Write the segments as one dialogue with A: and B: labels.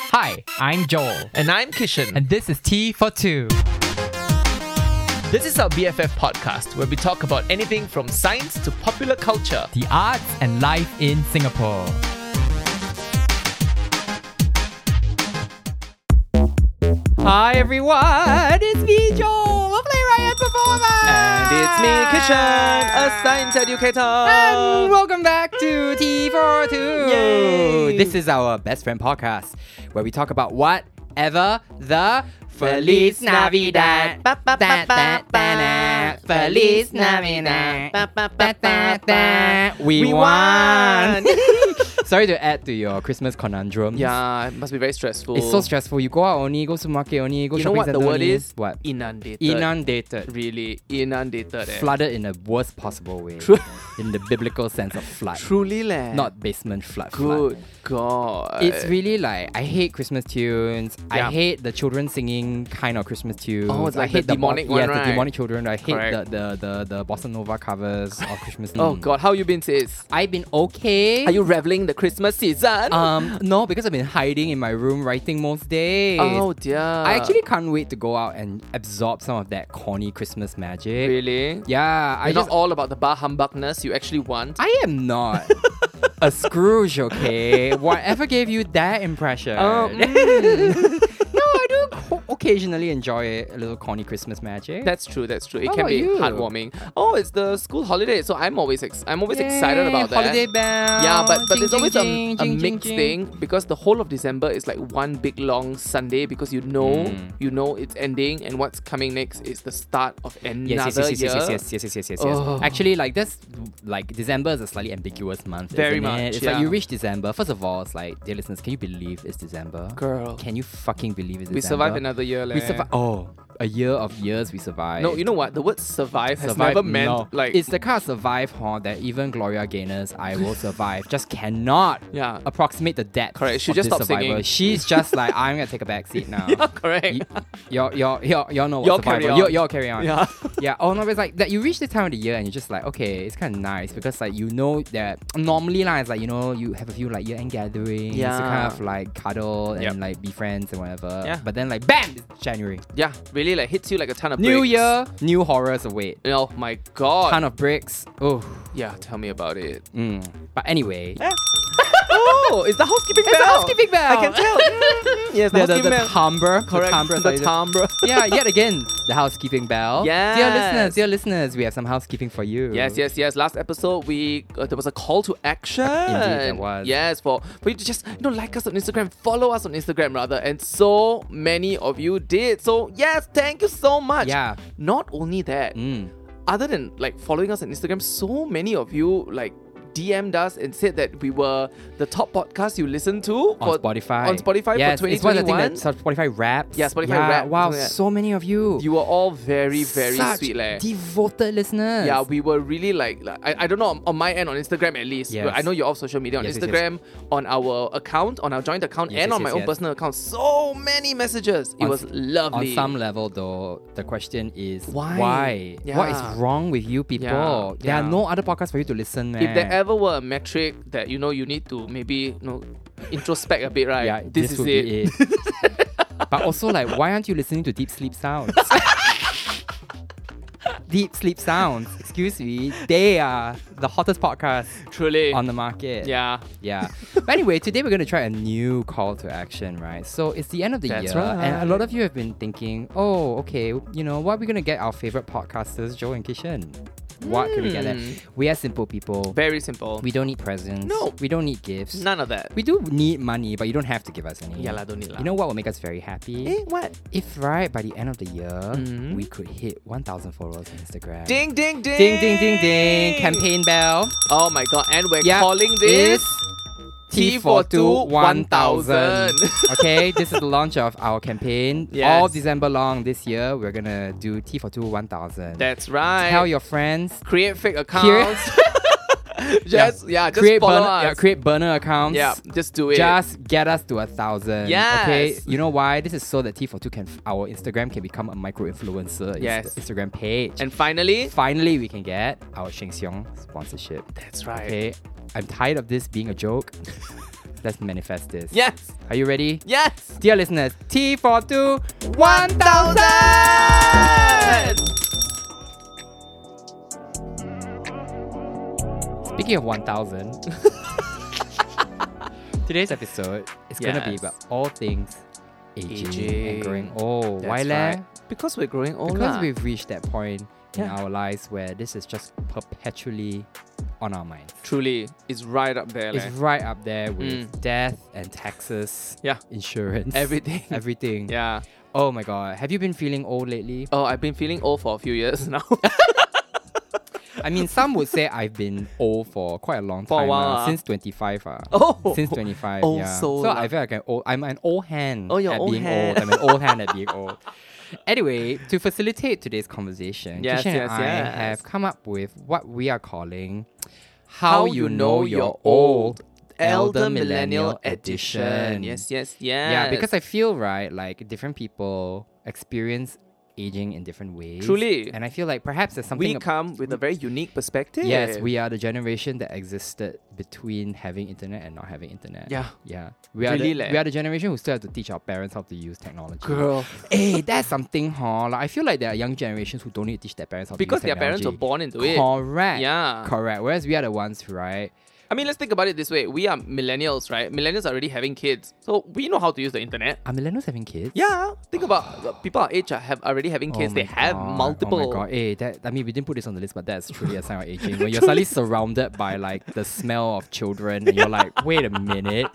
A: Hi, I'm Joel,
B: And I'm Kishan.
A: and this is Tea for Two.
B: this is our BFF podcast where we talk about anything from science to popular culture.
A: The arts and life in Singapore. Hi everyone, it's me Joel, a playwright and performer.
B: And it's me, Kishan, a science educator.
A: And welcome back to T42.
B: Yay.
A: This is our best friend podcast where we talk about whatever the Feliz Navidad.
C: Ba, ba, ba, ba, ba.
A: Feliz Navidad.
C: Ba, ba, ba, ba, ba.
A: We,
B: We
A: won.
B: won.
A: Sorry to add to your Christmas conundrum.
B: yeah, it must be very stressful.
A: It's so stressful. You go out only, go to market only, go
B: You know
A: shopping
B: what the
A: centre
B: word
A: only.
B: is?
A: What?
B: Inundated.
A: Inundated.
B: Really, inundated. Eh.
A: Flooded in the worst possible way. in the biblical sense of flood.
B: Truly, leh.
A: Not basement flood. flood.
B: Good God.
A: It's really like I hate Christmas tunes. I
B: Yeah.
A: hate the children singing kind of Christmas tunes.
B: Oh, it's
A: I
B: like
A: hate bo-
B: the demonic one,
A: yes,
B: right?
A: the demonic children. I hate
B: Correct.
A: the, the the the bossa nova covers of Christmas.
B: Oh
A: Mm.
B: God, how you been, sis?
A: I've been okay.
B: Are you reveling the Christmas season?
A: Um, no, because I've been hiding in my room writing most days.
B: oh dear.
A: I actually can't wait to go out and absorb some of that corny Christmas magic.
B: really.
A: Yeah, I
B: You're
A: just
B: not all about the bar humbugness you actually want.
A: I am not a Scrooge, okay? Whatever gave you that impression?
B: Oh, mm.
A: no, I do o- occasionally enjoy a little corny Christmas magic.
B: That's true. That's true. It
A: How
B: can
A: about
B: be
A: you?
B: heartwarming. Oh, it's the school holiday, so I'm always ex- I'm always excited
A: Yay,
B: about that.
A: Holiday bell.
B: Yeah, but
A: Jing,
B: but there's
A: jing,
B: always
A: jing,
B: a, a
A: jing, jing,
B: mixed
A: jing.
B: thing because the whole of December is like one big long Sunday because you know
A: Mm.
B: you know it's ending and what's coming next is the start of another
A: Yes, yes, yes, yes,
B: year.
A: yes, yes, yes, yes, yes, yes, yes.
B: Oh.
A: Actually, like that's like December is a slightly ambiguous month.
B: Very
A: isn't
B: much,
A: It? It's
B: yeah.
A: like you reach December. First of all, it's like, dear listeners, can you believe it's December?
B: Girl,
A: Can you fucking believe it's
B: we
A: December?
B: survived another year.
A: We
B: leh.
A: survived. Oh, a year of years we survived.
B: No, you know what? The word survive has
A: survive,
B: never meant
A: no.
B: like
A: it's the kind of survive huh, that even Gloria Gaynor's "I Will Survive" just cannot
B: Yeah.
A: approximate the depth.
B: Correct, she
A: of
B: just
A: this
B: stopped
A: survival.
B: singing.
A: She's just like, I'm gonna take a back seat now.
B: yeah, correct.
A: Y- Y'all, y'all, y'all, y'all know what
B: Y'all
A: survival.
B: carry on.
A: Y'all, y'all carry on.
B: yeah.
A: yeah. Oh no, but it's like that. You reach the time of the year and you're just like, okay, it's kind of nice because like you know that normally like it's like you know you have a few like year end gatherings to
B: Yeah.
A: kind of like cuddle and
B: Yep.
A: like be friends and whatever.
B: Yeah.
A: But then like bam, it's January,
B: Yeah, really like hits you like a ton of
A: new
B: bricks.
A: year, new horrors await.
B: Oh my god.
A: Ton of bricks. Oh.
B: yeah, tell me about it.
A: Mm. But anyway,
B: Eh. oh, it's the housekeeping
A: It's the housekeeping bell.
B: I can tell. Mm, mm, yes, the,
A: the, the,
B: housekeeping
A: the
B: bell.
A: timbre,
B: Correct.
A: the timbre, is like
B: the timbre.
A: yeah, yet again, the housekeeping bell. dear listeners,
B: Yes.
A: dear listeners, we have some housekeeping for you.
B: Yes, yes, yes. Last episode, we uh, there was a call to action.
A: there was.
B: Yes, for for you to just you know like us on Instagram, follow us on Instagram rather, and so many of you did. So yes, thank you so much.
A: Yeah.
B: Not only that,
A: Mm.
B: other than like following us on Instagram, so many of you like DM'd us and said that we were the top podcast you listened to
A: On Spotify.
B: on Spotify
A: yes,
B: for
A: It's one of the
B: 2021.
A: things that Spotify raps.
B: Yeah, Spotify
A: yeah,
B: Wrapped,
A: Wow,
B: something like that.
A: so many of you.
B: You were all very, very
A: Such
B: sweet, leh.
A: Devoted listeners.
B: Yeah, we were really like, like- I, I don't know on, on my end on Instagram at least.
A: Yes.
B: I know you're off social media on
A: Yes, yes, yes.
B: Instagram, on our account, on our joint account,
A: Yes,
B: and
A: yes,
B: on my
A: yes,
B: own
A: yes.
B: personal account. So many messages. It
A: On
B: was
A: s-
B: lovely.
A: On some level, though, the question is
B: Why?
A: Why? What
B: Yeah.
A: is wrong with you people?
B: Yeah,
A: There are
B: yeah.
A: no other podcasts for you to listen, man.
B: if there ever were a metric that you know you need to maybe you know introspect a bit, right?
A: yeah,
B: this, is
A: would
B: it.
A: be it. but also, like, why aren't you listening to deep sleep sounds? deep sleep sounds. Excuse me, they are the hottest podcast
B: Truly.
A: on the market.
B: yeah.
A: Yeah. But anyway, today we're going to try a new call to action, right? So it's the end of the
B: That's
A: year. And
B: right.
A: a lot of you have been thinking, oh, okay, you know, what are we going to get our favorite podcasters, Joe and Kishan? What can we get them?
B: Mm.
A: We are simple people.
B: Very simple.
A: We don't need presents.
B: No.
A: We don't need gifts.
B: None of that.
A: We do need money, but you don't have to give us any.
B: Yeah, lah, don't need lah.
A: You know what will make us very happy?
B: Eh, what?
A: If right by the end of the year,
B: Mhm.
A: we could hit 1,000 followers on Instagram.
B: Ding, ding, ding.
A: ding, ding, ding, ding. Campaign bell.
B: Oh my god. And we're
A: Yeah,
B: calling this.
A: T for two one thousand.
B: 1000.
A: okay, this is the launch of our campaign.
B: Yes.
A: All December long this year, we're gonna do T for two one thousand.
B: That's right.
A: Tell your friends.
B: create fake
A: Create-
B: accounts. just yeah, just
A: create
B: follow
A: burner,
B: us.
A: yeah, create burner accounts.
B: Yeah, just do it.
A: Just get us to a thousand. Okay.
B: Yes.
A: You know why? This is so that T42 can our Instagram can become a micro influencer.
B: Yes.
A: Instagram page. And
B: and finally,
A: finally, we can get our Sheng Siong sponsorship.
B: that's right.
A: Okay. I'm tired of this being a joke. Let's manifest this.
B: Yes.
A: Are you ready?
B: Yes.
A: Dear listeners, T for two.
B: One thousand.
A: Speaking of 1000, today's episode is going to be
B: Yes.
A: about all things aging,
B: Aging.
A: and growing old. Why
B: That's
A: leh?
B: right. Because we're growing old.
A: Because
B: lah.
A: we've reached that point in
B: Yeah.
A: our lives where this is just perpetually on our minds.
B: truly it's right up there.
A: It's
B: leh.
A: right up there with
B: Mm.
A: death and taxes,
B: Yeah.
A: insurance,
B: Everything.
A: everything.
B: Yeah.
A: Oh my god, have you been feeling old lately?
B: Oh, I've been feeling old for a few years now.
A: I mean, some would say I've been old for quite a long
B: For a
A: time
B: while,
A: now,
B: ah.
A: since 25. ah.
B: oh.
A: Since 25,
B: old
A: yeah.
B: soul
A: so
B: lah.
A: I feel like an old, I'm an old hand
B: Oh, you're
A: at
B: old
A: being old.
B: hand.
A: I'm an old hand at being old. Anyway, to facilitate today's conversation,
B: Yes,
A: Kishan and
B: yes,
A: I
B: yes.
A: have come up with what we are calling
B: How You Know You're Old. Elder Millennial Edition. Yes, yes, yes.
A: Yeah, because I feel right, like different people experience aging in different ways.
B: Truly.
A: And I feel like perhaps there's something
B: we come with a very unique perspective.
A: Yes, we are the generation that existed between having internet and not having internet.
B: Yeah.
A: Yeah. We are,
B: Really
A: the,
B: leh.
A: we are the generation who still have to teach our parents how to use technology.
B: Girl.
A: Hey, that's something, huh? Like, I feel like there are young generations who don't need to teach their parents how
B: Because
A: to use
B: their parents were
A: technology.
B: born into it.
A: Correct.
B: Yeah.
A: Correct. Whereas we are the ones, right?
B: I mean, let's think about it this way. We are millennials, right? Millennials are already having kids. So we know how to use the internet.
A: Are millennials having kids?
B: Yeah. Think about the people our age are have already having
A: Oh
B: kids. they
A: my
B: have
A: god.
B: multiple.
A: Oh my god! Hey, that I mean, we didn't put this on the list, but that's truly a sign of aging. When you're suddenly surrounded by like the smell of children, and you're like, wait a minute,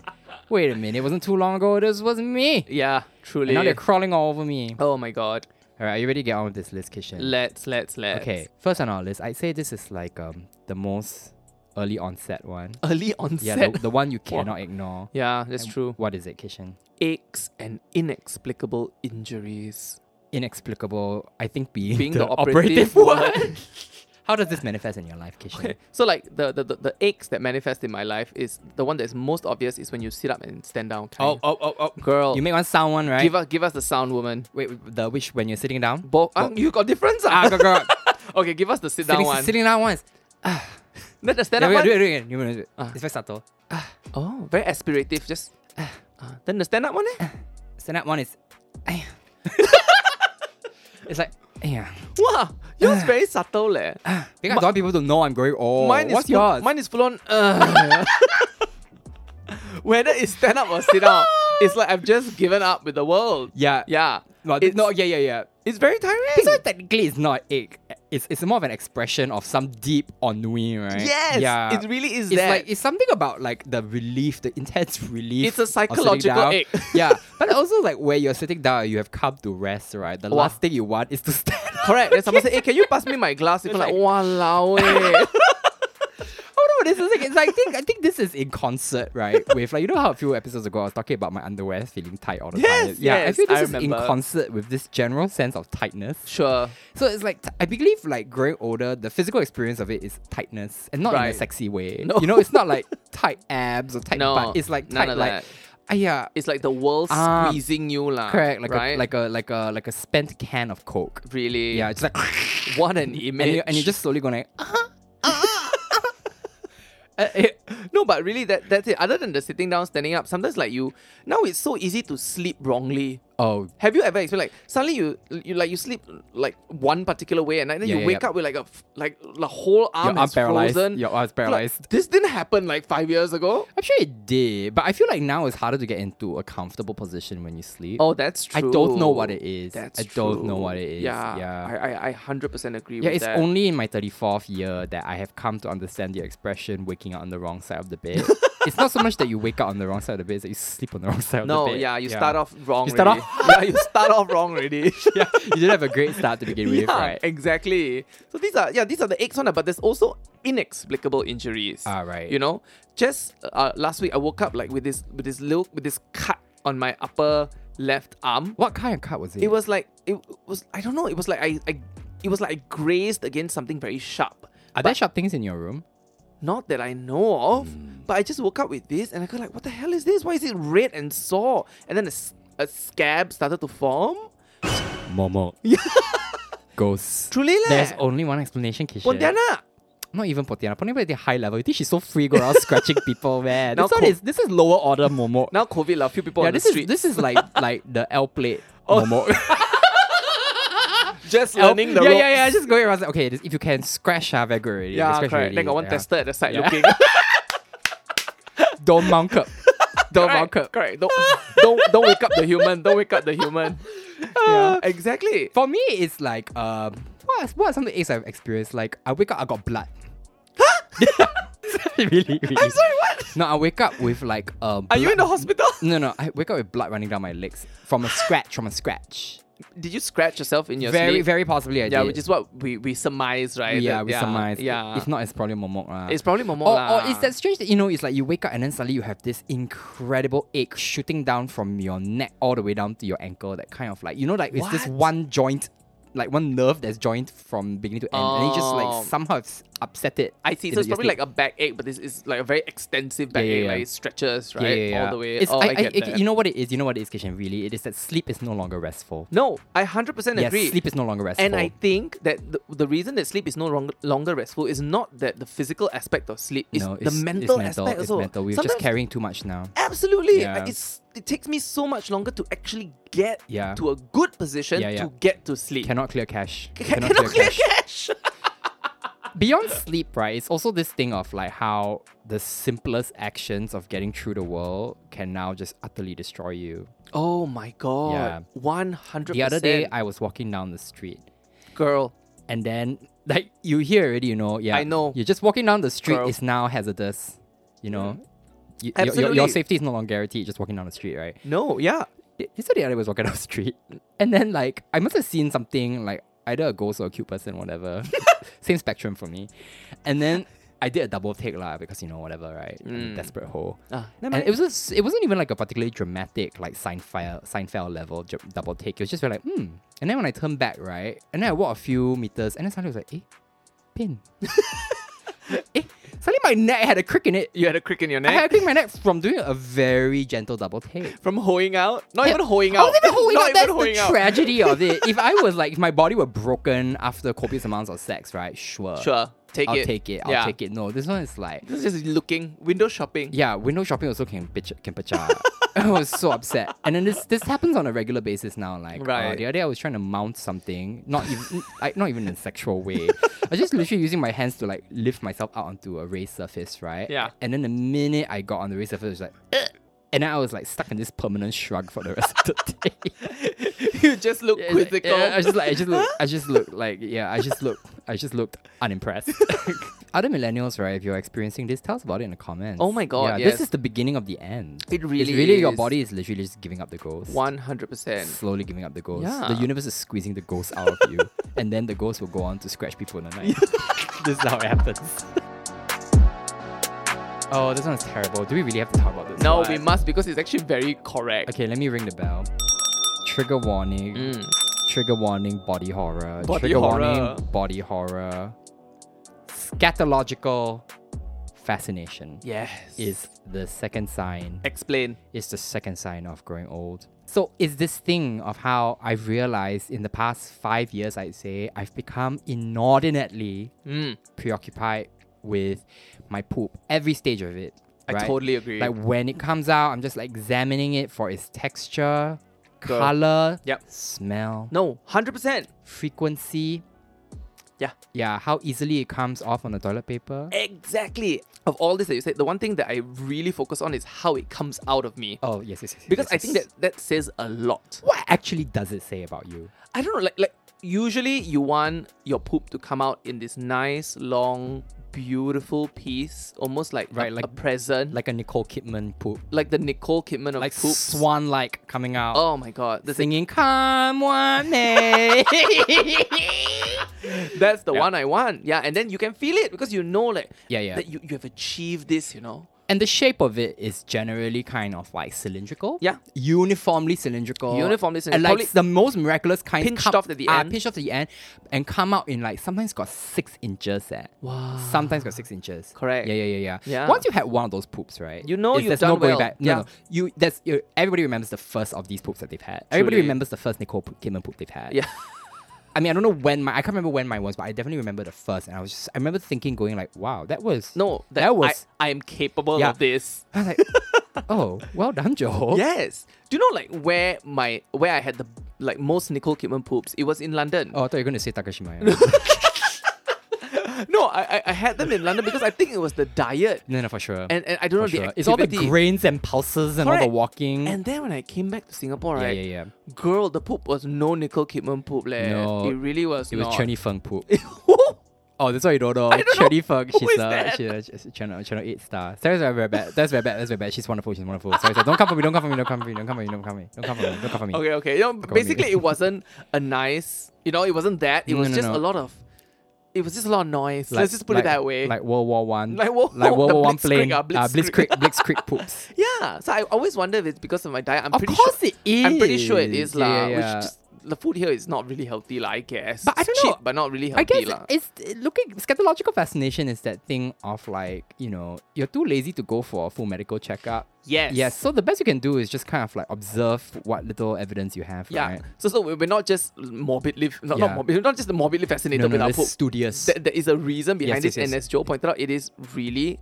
A: wait a minute, it wasn't too long ago. This was me.
B: Yeah,
A: And
B: truly.
A: now they're crawling all over me.
B: oh my god.
A: All right, are you ready to get on with this list, Kishan?
B: Let's, let's, let's.
A: Okay, first on our list, I'd say this is like um the most early onset one.
B: Early onset.
A: Yeah, the, the one you cannot ignore.
B: Yeah, that's true.
A: What is it, Kishan?
B: Aches and inexplicable injuries.
A: Inexplicable. I think being,
B: Being
A: the,
B: the
A: operative,
B: operative
A: word. How does this manifest in your life, Kishan?
B: So like the, the, the, the aches that manifest in my life is the one that's most obvious is when you sit up and stand down. kind.
A: oh, oh, oh.
B: girl,
A: You make one sound one, right?
B: give us give us the sound woman.
A: Wait, the which when you're sitting down?
B: Bo- ah, you got difference.
A: ah,
B: Ah?
A: go, go.
B: okay, give us the sit down
A: sitting,
B: one.
A: sitting down once.
B: Then the stand
A: Yeah,
B: up
A: wait,
B: one.
A: do it, do it again. You wanna do it.
B: Ah.
A: It's very subtle.
B: Oh, very aspirative. Just ah. then the stand up one. Eh?
A: Stand up one is. "Aiya." it's like, yeah.
B: Wow, yours very subtle leh.
A: Because I don't want people to know I'm going old.
B: mine is
A: Oh, What's
B: full,
A: yours?
B: Mine is full on. Uh. Whether it's stand up or sit down, it's like I've just given up with the world.
A: yeah.
B: Yeah,
A: No,
B: it's,
A: no, yeah, yeah, yeah.
B: it's very tiring.
A: So technically, it's not ache. It's it's more of an expression of some deep ennui, right?
B: Yes,
A: Yeah.
B: it really is
A: it's
B: that.
A: like it's something about like the relief, the intense relief.
B: It's a
A: of sitting
B: psychological
A: down.
B: ache.
A: yeah, but also like where you're sitting down, you have come to rest, right? The
B: Wah.
A: last thing you want is to stand. up.
B: Correct. Then someone said, "Hey, can you pass me my glass?" You're like,
A: like-
B: "Walao eh."
A: Oh no, this is like it's like, I think I think this is in concert, right? With like you know how a few episodes ago I was talking about my underwear feeling tight all the time.
B: Yes,
A: Yeah, I
B: yes,
A: feel this
B: I
A: is in
B: remember.
A: concert with this general sense of tightness.
B: Sure.
A: So it's like t- I believe like growing older, the physical experience of it is tightness, and not in a
B: Right.
A: sexy way.
B: No.
A: You know, it's not like tight abs or tight
B: No,
A: butt. It's like
B: none
A: tight,
B: of
A: like
B: that.
A: ah yeah,
B: It's like the world
A: Ah,
B: squeezing you lah.
A: correct, like
B: right?
A: a like a like a like a spent can of coke.
B: really.
A: Yeah, it's like
B: What an
A: and
B: image.
A: you and you just slowly going like
B: Uh, eh, no, but really that that's it. Other than the sitting down, standing up, sometimes like you now it's so easy to sleep wrongly.
A: oh
B: Have you ever experienced like suddenly you you like you sleep like one particular way and then
A: Yeah,
B: you
A: yeah,
B: wake
A: yeah.
B: up with like a f- like the whole arm
A: your arm
B: is
A: paralyzed,
B: frozen.
A: your arm's
B: Like,
A: paralyzed.
B: this didn't happen like five years ago.
A: I'm sure it did, but I feel like now it's harder to get into a comfortable position when you sleep.
B: Oh, that's
A: I
B: true.
A: don't know what it is.
B: That's
A: I don't know what it
B: true.
A: is.
B: Yeah,
A: Yeah.
B: I, I, I 100% agree
A: Yeah,
B: with
A: it's
B: that.
A: only in my 34th year that I have come to understand the expression waking up on the wrong side of the bed. it's not so much that you wake up on the wrong side of the bed, it's that you sleep on the wrong side of
B: no,
A: the bed.
B: yeah, you start off wrong.
A: You start
B: already. yeah, you start off wrong already.
A: yeah, you did have a great start to begin with,
B: yeah,
A: right?
B: exactly. So these are yeah, these are the aches one, but there's also inexplicable injuries.
A: Ah, right.
B: You know, just uh, last week I woke up like with this with this little with this cut on my upper left arm.
A: What kind of cut was it?
B: It was like it was I don't know. It was like I, I it was like I grazed against something very sharp.
A: Are there sharp things in your room?
B: Not that I know of,
A: Hmm.
B: but I just woke up with this and I go like, what the hell is this? Why is it red and sore? And then a, s- a scab started to form.
A: Momo. Ghosts.
B: Truly, leh.
A: There's only one explanation, Kishan.
B: Pontianak.
A: not even Potiana. Potiana at high level. You think she's so free going around scratching people, man?
B: Now
A: This, one
B: co-
A: is, this is lower order Momo.
B: Now COVID, lah. Few people
A: yeah,
B: on the
A: this is
B: street.
A: this is like like the L plate
B: Oh.
A: Momo.
B: just
A: L-
B: learning the
A: yeah,
B: ropes.
A: yeah, yeah. Just going around. it's like, Okay, this, if you can scratch, ah, very good already.
B: Yeah,
A: scratch
B: correct. Then got one
A: yeah.
B: tester at the side
A: Yeah.
B: looking.
A: Don't mount up. Don't
B: correct,
A: mount up.
B: correct. Don't, don't don't wake up the human. Don't wake up the human. Yeah, exactly.
A: For me, it's like um, what what are some of the aches I've experienced? Like I wake up, I got blood. really, really. I'm sorry, what? No, I wake up with like um.
B: Are you in the hospital?
A: No, no. I wake up with blood running down my legs from a scratch. From a scratch.
B: Did you scratch yourself in your
A: very,
B: sleep?
A: very possibly I
B: yeah,
A: did.
B: which is what we we surmise, right?
A: yeah,
B: That-
A: we surmise.
B: Yeah,
A: If not, it's probably momok lah.
B: it's probably momo
A: or,
B: lah.
A: or it's that strange that you know it's like you wake up and then suddenly you have this incredible ache shooting down from your neck all the way down to your ankle that kind of like you know like it's this
B: What?
A: one joint like one nerve that's joined from beginning to end and you just
B: Oh.
A: like somehow it's upset it
B: I see.
A: in
B: So it's
A: your
B: probably
A: sleep.
B: like a backache, but this is like a very extensive
A: Yeah,
B: backache.
A: yeah, yeah.
B: Like it stretches right
A: Yeah, yeah, yeah.
B: all the way.
A: It's,
B: oh, I,
A: I-
B: get
A: I-
B: that.
A: you know what it is you know what it is Kishan really it is that sleep is no longer restful
B: no, I hundred percent
A: yes
B: agree.
A: sleep is no longer restful
B: and I think that the, the reason that sleep is no longer, longer restful is not that the physical aspect of sleep, it's,
A: no,
B: the mental aspect
A: it's
B: also.
A: mental. We're just
B: Sometimes-
A: carrying too much now.
B: Absolutely.
A: Yeah.
B: I- It's, it takes me so much longer to actually get
A: Yeah.
B: to a good position
A: Yeah, yeah.
B: to get to sleep.
A: Cannot clear cache.
B: Cannot clear cash.
A: beyond sleep, right, it's also this thing of like how the simplest actions of getting through the world can now just utterly destroy you.
B: oh my god.
A: Yeah.
B: 100%.
A: The other day, I was walking down the street,
B: girl.
A: and then like you hear already, you know, yeah,
B: I know.
A: You're just walking down the street
B: Girl.
A: is now hazardous, you know. You- your- your,
B: Absolutely.
A: your safety is no longer guaranteed just walking down the street, right?
B: No, yeah.
A: Y- So the other day was walking down the street, and then like I must have seen something like either a ghost or a cute person, whatever. Same spectrum for me. And then I did a double take lah because you know whatever, right? I'm a
B: Mm.
A: Desperate hole.
B: Ah,
A: And it was just, it wasn't even like a particularly dramatic like Seinfeld Seinfeld level j- double take. It was just very like hmm. And then when I turned back right, and then I walked a few meters, and then suddenly I was like, eh, pin. eh, suddenly my neck had a crick in it.
B: you had a crick in your
A: I had a
B: neck
A: crick in my neck from doing a very gentle double take.
B: from hoeing out. Not even hoeing
A: I
B: out.
A: was even holding
B: Not
A: out.
B: even
A: That's
B: hoeing
A: the
B: out.
A: tragedy of it. If I was like, if my body were broken after copious amounts of sex, right? Sure.
B: Sure. Take
A: I'll
B: it.
A: take it. I'll
B: Yeah.
A: take it. No, this one is like,
B: This is just looking. Window shopping.
A: yeah, window shopping also can pitch, can pitch out. I was so upset. And then this this happens on a regular basis now. Like uh,
B: Right.
A: the other day, I was trying to mount something, not even like not even in a sexual way. I was just literally using my hands to like lift myself out onto a raised surface, right?
B: Yeah.
A: And then the minute I got on the raised surface, it was like. "Ugh." And then I was like stuck in this permanent shrug for the rest of the day.
B: you just look
A: Yeah, it's like-
B: quizzical.
A: yeah, I just like I just look I just look like yeah, I just look I just looked unimpressed. Other millennials, right, if you're experiencing this, tell us about it in the comments.
B: Oh my god,
A: Yeah,
B: yes.
A: This is the beginning of the end.
B: It
A: It's
B: really
A: really your
B: is.
A: body is literally just giving up the ghost.
B: 100%.
A: Slowly giving up the ghost.
B: Yeah.
A: The universe is squeezing the ghost out of you. and then the ghost will go on to scratch people in the night. this is how it happens. Oh, this one's terrible. Do we really have to talk about this?
B: No,
A: one?
B: we must because it's actually very correct.
A: Okay, let me ring the bell. Trigger warning.
B: Mm.
A: Trigger warning, body horror.
B: Body
A: Trigger
B: horror.
A: warning, body horror. Scatological fascination
B: Yes.
A: is the second sign.
B: Explain.
A: Is the second sign of growing old. So it's this thing of how I've realized in the past five years, I'd say, I've become inordinately
B: Mm.
A: preoccupied with my poop, every stage of it.
B: I
A: right?
B: totally agree.
A: Like when it comes out, I'm just like examining it for its texture,
B: Girl.
A: color,
B: Yep.
A: smell,
B: no, hundred percent.
A: frequency.
B: Yeah.
A: Yeah, how easily it comes off on the toilet paper.
B: Exactly. Of all this that you said, the one thing that I really focus on is how it comes out of me.
A: Oh, yes, yes, yes.
B: Because
A: yes,
B: I think
A: yes.
B: that that says a lot.
A: What actually does it say about you?
B: I don't know, like like usually you want your poop to come out in this nice, long, beautiful piece, almost like
A: Right,
B: a,
A: like-
B: a present.
A: Like a Nicole Kidman poop.
B: like the Nicole Kidman of
A: Like
B: poops.
A: swan like coming out.
B: Oh my god. The
A: Singing, come one day.
B: That's the
A: Yeah.
B: one I want. Yeah, and then you can feel it because you know like
A: Yeah, yeah.
B: that you, you have achieved this, you know.
A: and the shape of it is generally kind of like cylindrical.
B: Yeah.
A: Uniformly cylindrical.
B: Uniformly cylindrical.
A: And
B: Probably
A: like the most miraculous kind
B: pinched
A: come-
B: off at the
A: ah,
B: end.
A: pinched off at the end and come out in like sometimes got six inches. Eh.
B: Wow.
A: Sometimes got six inches.
B: Ah. Correct.
A: Yeah, yeah, yeah, yeah.
B: Yeah.
A: Once you had one of those poops, right?
B: You know
A: is
B: you've
A: there's no
B: done
A: going
B: well.
A: back. No,
B: Yeah.
A: no. You that's you, everybody remembers the first of these poops that they've had. Everybody
B: Truly.
A: remembers the first Nicole Kidman poop they've had.
B: Yeah.
A: I mean, I don't know when my I can't remember when mine was, but I definitely remember the first, and I was just I remember thinking, going like, "Wow, that was
B: No, that,
A: That was-
B: I, I am capable
A: Yeah.
B: of this.
A: I was like, oh, well done, Joel.
B: Yes. Do you know like where my where I had the like most Nicole Kidman poops? It was in London.
A: Oh, I thought you were going to say Takashimaya.
B: No, I, I I had them in London because I think it was the diet.
A: no, no, for sure.
B: And and I don't
A: for
B: know the
A: sure.
B: activity.
A: It's all the grains and pulses and all
B: Correct.
A: the walking.
B: And then when I came back to Singapore,
A: yeah,
B: right?
A: yeah, yeah.
B: Girl, the poop was no Nicole Kidman poop leh.
A: No,
B: it really was.
A: It was
B: not.
A: Churny Feng poop.
B: Who?
A: Oh, that's why you don't know.
B: I don't know.
A: Churny Feng,
B: Who
A: she's a,
B: is that?
A: She's, a, she's a channel, channel 8 star. Sorry, sorry, very bad. That's very bad. That's very bad. She's wonderful. She's wonderful. Sorry, sorry. Don't come for me. Don't come for me. Don't come for me. Don't come for me. Don't come for me. Don't come for me. Don't come for me.
B: Okay, okay. You know,
A: me.
B: basically, it wasn't a nice. You know, it wasn't that. It
A: No,
B: was
A: no,
B: just
A: no.
B: a lot of. It was just a lot of noise.
A: Like-
B: Let's just put
A: like-
B: it that way.
A: Like World War One.
B: Like World-
A: like World
B: the
A: War One
B: Blitzkrieg,
A: plane. uh,
B: ah,
A: Blitzkrieg,
B: Blitzkrieg.
A: Blitzkrieg poops.
B: yeah. So I always wonder if it's because of my diet. I'm
A: Of
B: pretty
A: course
B: sure,
A: it is.
B: I'm pretty sure it is
A: Yeah,
B: lah.
A: yeah, yeah.
B: Which just, the food here is not really healthy lah. I guess.
A: But I
B: It's
A: don't know.
B: cheap, but not really healthy
A: I guess
B: lah.
A: it's it- looking scatological fascination is that thing of like you know you're too lazy to go for a full medical checkup.
B: yes.
A: Yes, so the best you can do is just kind of like observe what little evidence you have.
B: Yeah.
A: right?
B: So so we- we're not just morbidly f- not,
A: Yeah.
B: not morbid, we're not just morbidly fascinated
A: no, no,
B: with our
A: it's
B: poop.
A: studious.
B: There- there is a reason behind
A: Yes,
B: this,
A: yes,
B: and
A: yes.
B: as Joe pointed out, it is really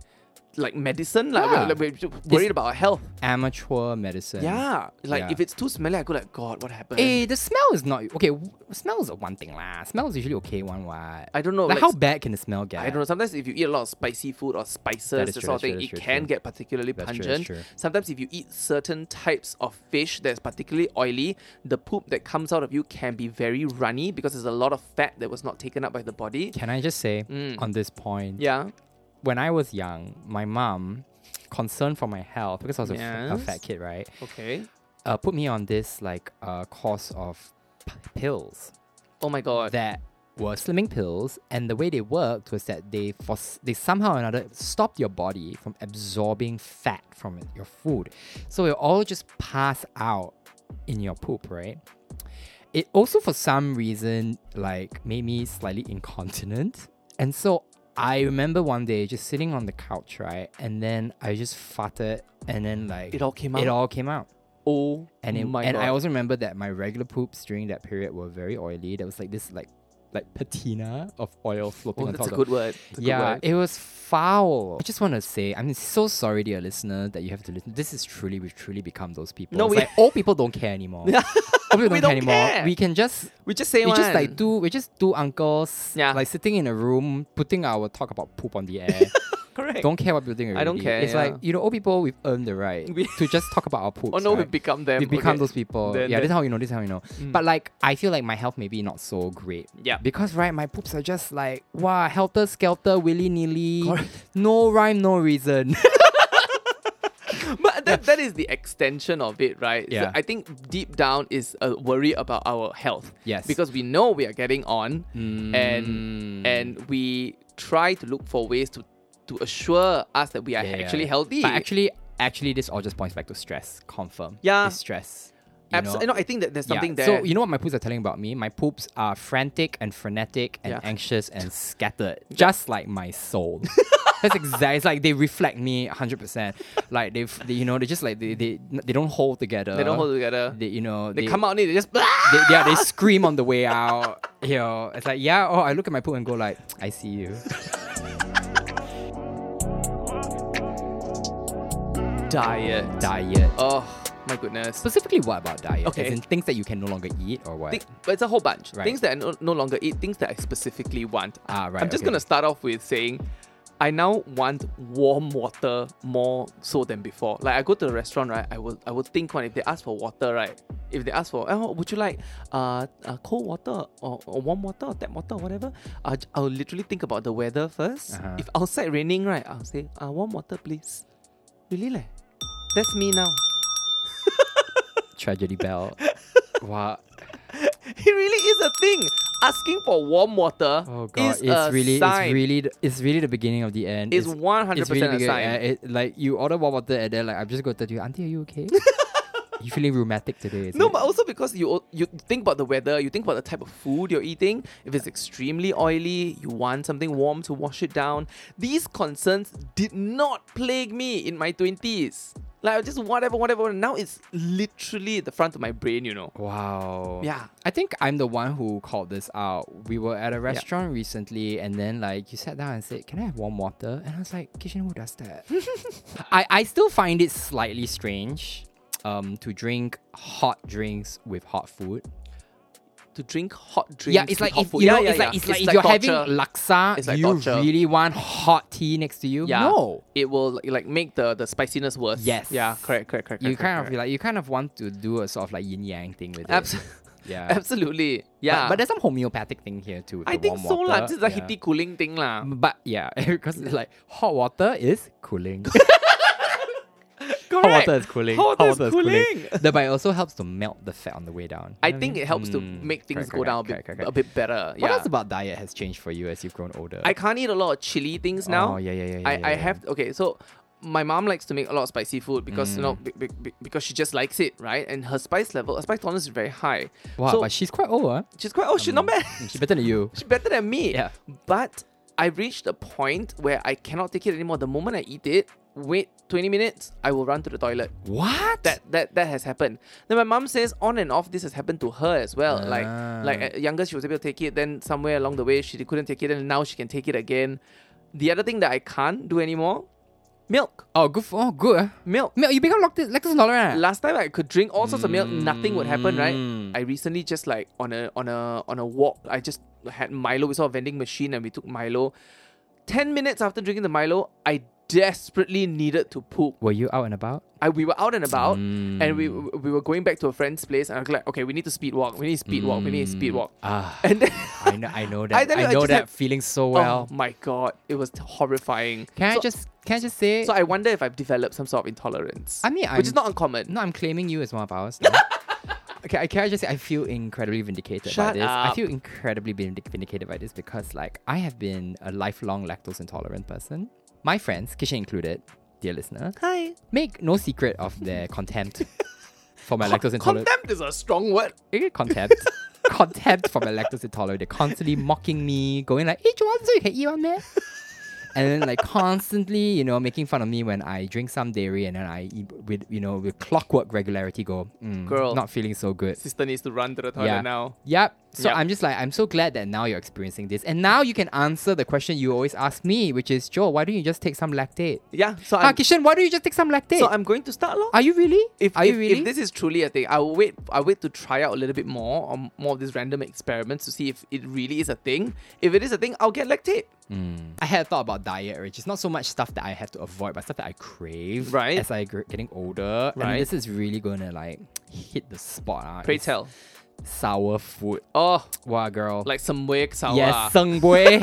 B: like medicine. Like,
A: Yeah.
B: we're, like, we're ju- worried about our health.
A: Amateur medicine.
B: Yeah. Like
A: Yeah.
B: if it's too smelly, I go like, God, what happened?
A: Eh, the smell is not okay. W- smell is one thing lah. Smell is usually okay one what.
B: I don't know.
A: Like
B: like,
A: how bad can the smell get?
B: I don't know. Sometimes if you eat a lot of spicy food or spices,
A: That
B: that
A: is true,
B: sort
A: that's
B: of
A: true,
B: thing,
A: that's
B: it
A: true, that's
B: can
A: true.
B: get particularly
A: That's true, that's
B: pungent.
A: true.
B: Sometimes if you eat certain types of fish that's particularly oily, the poop that comes out of you can be very runny because there's a lot of fat that was not taken up by the body.
A: Can I just say
B: Mm.
A: on this point?
B: Yeah.
A: when I was young, my mom, concerned for my health because I was a f- a
B: Yes.
A: fat kid, right?
B: Okay.
A: Uh, put me on this like uh, course of p- pills
B: Oh my god.
A: that were slimming pills, and the way they worked was that they for they somehow or another stopped your body from absorbing fat from it- your food, so it all just pass out in your poop, right? It also for some reason like made me slightly incontinent, and so I remember one day just sitting on the couch, right, and then I just farted, and then like
B: it all came out.
A: it all came out.
B: oh
A: And it,
B: my
A: and
B: god.
A: I also remember that my regular poops during that period were very oily. There was like this like like patina of oil floating
B: oh,
A: on top
B: that's a
A: of
B: good word. That's a
A: the,
B: good
A: Yeah,
B: word.
A: it was foul. I just want to say, I'm so sorry, dear listener, that you have to listen. This is truly, we've truly become those people.
B: No,
A: it's
B: we-
A: like old people don't care anymore. old people don't
B: We
A: care
B: don't
A: anymore.
B: care.
A: We can just
B: We just say
A: we
B: one.
A: just like two we just two uncles
B: Yeah.
A: like sitting in a room putting our talk about poop on the air.
B: correct.
A: don't care what building already.
B: I don't care,
A: It's like
B: yeah.
A: you know, old people we've earned the right
B: We-
A: to just talk about our poops.
B: oh no,
A: right?
B: we become them.
A: we become
B: Okay.
A: those people.
B: Then-
A: yeah,
B: then- Mm.
A: this is how you know. This is how you know. But like, I feel like my health maybe not so great.
B: Yeah.
A: Because right, my poops are just like wow, helter skelter, willy nilly,
B: Correct.
A: no rhyme, no reason.
B: But that, that is the extension of it, right? So
A: Yeah.
B: I think deep down is a worry about our health.
A: Yes.
B: Because we know we are getting on
A: Mm.
B: and and we try to look for ways to to assure us that we are
A: Yeah, yeah.
B: actually healthy.
A: But actually, actually, this all just points back to stress. Confirm.
B: Yeah.
A: It's stress. You
B: Abs-
A: know?
B: no, I think that there's
A: Yeah.
B: something there.
A: So you know what my poops are telling about me? My poops are frantic and frenetic and
B: Yeah.
A: anxious and scattered, just like my soul. That's exact. It's like they reflect me 100. percent Like they've, they, you know, they just like they, they they don't hold together.
B: they don't hold together.
A: They, you know,
B: They, come out and they just
A: They, yeah, they scream on the way out. You know, it's like yeah. Oh, I look at my poop and go like, I see you.
B: diet.
A: Diet.
B: Oh my goodness.
A: Specifically, what about diet?
B: Okay.
A: As in things that you can no longer eat or what?
B: Think, but it's a whole bunch.
A: Right.
B: Things that I no, no longer eat, things that I specifically want.
A: Ah, right,
B: I'm just
A: okay.
B: gonna start off with saying, I now want warm water more so than before. Like I go to the restaurant, right? I will, I will think one if they ask for water, right? If they ask for, oh, would you like uh, uh cold water or, or warm water or tap water or whatever? Uh, I'll literally think about the weather 1st
A: Uh-huh.
B: If outside raining, right? I'll say, uh, warm water, please. Really, leh? That's me now.
A: Tragedy bell. wow.
B: It really is a thing. Asking for warm water
A: Oh god,
B: is a
A: it's really,
B: sign.
A: it's really, the, it's really the beginning of the end.
B: It's 100%
A: it's really
B: a
A: big,
B: sign.
A: uh, it- like you order warm water and then like I'm just going to tell you, Auntie, are you okay? you feeling rheumatic today? Is
B: no,
A: it?
B: but also because you al- you think about the weather, you think about the type of food you're eating. If it's extremely oily, you want something warm to wash it down. These concerns did not plague me in my 20s. Like I just whatever, whatever. Now it's literally at the front of my brain, you know.
A: Wow.
B: Yeah.
A: I think I'm the one who called this out. We were at a restaurant recently, and then like you sat down and said, "Can I have warm water?" And I was like, "Kitchen, who does that?" I I still find it slightly strange, um, to drink hot drinks with hot food.
B: To drink hot drinks.
A: yeah, it's
B: with
A: like
B: hot
A: if,
B: food.
A: you know,
B: Yeah, yeah,
A: it's
B: yeah.
A: like it's, like if you're
B: torture.
A: having laksa,
B: It's like
A: you
B: torture.
A: really want hot tea next to you?
B: Yeah.
A: No.
B: It will like- like make the the spiciness worse.
A: Yes.
B: Yeah. Correct. Correct. Correct.
A: You
B: correct,
A: kind of
B: correct.
A: like you kind of want to do a sort of like yin yang thing with it.
B: Abs-
A: Yeah.
B: absolutely. Yeah.
A: But, but there's some homeopathic thing here too. with
B: I
A: the
B: think
A: warm
B: so lah.
A: water.
B: This is the
A: Yeah. Um,
B: heaty cooling thing lah.
A: But yeah, because it's like hot water is cooling.
B: Correct.
A: hot water is cooling.
B: Hot water is cooling.
A: Thereby it also helps to melt the fat on the way down.
B: I
A: You know what
B: think
A: mean?
B: it helps to
A: Mm,
B: make things
A: correct,
B: go
A: correct,
B: down a bit,
A: correct, correct, correct.
B: a bit better.
A: What
B: yeah.
A: else about diet has changed for you as you've grown older?
B: I can't eat a lot of chili things now.
A: Oh, yeah, yeah, yeah. yeah,
B: I,
A: yeah,
B: I
A: yeah.
B: have okay so my mom likes to make a lot of spicy food because you
A: Mm.
B: know be, be, be- because she just likes it right and her spice level her spice tolerance is very high
A: Wow,
B: so
A: but she's quite old, huh?
B: she's quite oh she's not bad
A: She's better than you.
B: she's better than me
A: Yeah.
B: but I reached a point where I cannot take it anymore the moment I eat it wait 20 minutes I will run to the toilet
A: What?
B: that that that has happened. Then my mom says on and off this has happened to her as well.
A: Ah.
B: Like like at younger she was able to take it, then somewhere along the way she couldn't take it, and now she can take it again. The other thing that I can't do anymore, milk,
A: oh, good. For, oh, good. ah.
B: milk.
A: Milk, you become lactose lactose intolerant. ah.
B: Last time I could drink all sorts of milk, nothing would happen, right?
A: Mm.
B: I recently just like on a on a on a walk, I just had Milo. We saw a vending machine and we took Milo. Ten minutes after drinking the Milo, I desperately needed to poop.
A: Were you out and about?
B: I, we were out and about and we
A: Mm.
B: we were going back to a friend's place and I was like, okay, we need to speed walk, we need to speed walk, we need to speed
A: Mm.
B: walk.
A: Ah,
B: And then
A: I know, I know that. I,
B: tell you, I
A: know
B: just
A: that
B: have-
A: feeling so well.
B: oh my god, it was horrifying.
A: Can
B: so,
A: I just can I just say?
B: so I wonder if I've developed some sort of intolerance.
A: I mean,
B: which is
A: I'm-
B: not uncommon.
A: No, I'm claiming you as one of ours. now. okay, I can I just say I feel incredibly vindicated by
B: Shut
A: this. I
B: up.
A: feel incredibly vindic- vindicated by this because like I have been a lifelong lactose intolerant person. My friends, Kishan included, dear listener,
B: Hi.
A: make no secret of their contempt for my lactose intolerant.
B: Contempt is a strong word.
A: Eh, contempt. contempt for my lactose intolerance. They're constantly mocking me, going like, hey, Joanne, so you can eat one there. And then like constantly, you know, making fun of me when I drink some dairy and then I eat with, you know, with clockwork regularity go, mm,
B: Girl.
A: not feeling so good.
B: Sister needs to run to the toilet
A: Yeah.
B: now.
A: Yep. So
B: Yep.
A: I'm just like, I'm so glad that now you're experiencing this. And now you can answer the question you always ask me, which is, Joel, why don't you just take some lactate?
B: Yeah. So
A: Ah,
B: I'm,
A: Kishan, why don't you just take some lactate?
B: so I'm going to start lor.
A: Are you really?
B: if,
A: Are
B: if,
A: you really?
B: if this is truly a thing, I'll wait. I'll wait to try out a little bit more on more of these random experiments to see if it really is a thing. If it is a thing, I'll get lactate.
A: I had a thought about diet, which is not so much stuff that I have to avoid, but stuff that I crave
B: Right.
A: as I gr- getting older.
B: Right.
A: And this is really gonna like hit the spot. Ah,
B: Pray
A: It's
B: tell.
A: sour food.
B: Oh,
A: Wow, girl.
B: like some weird sour.
A: yes, sung boy.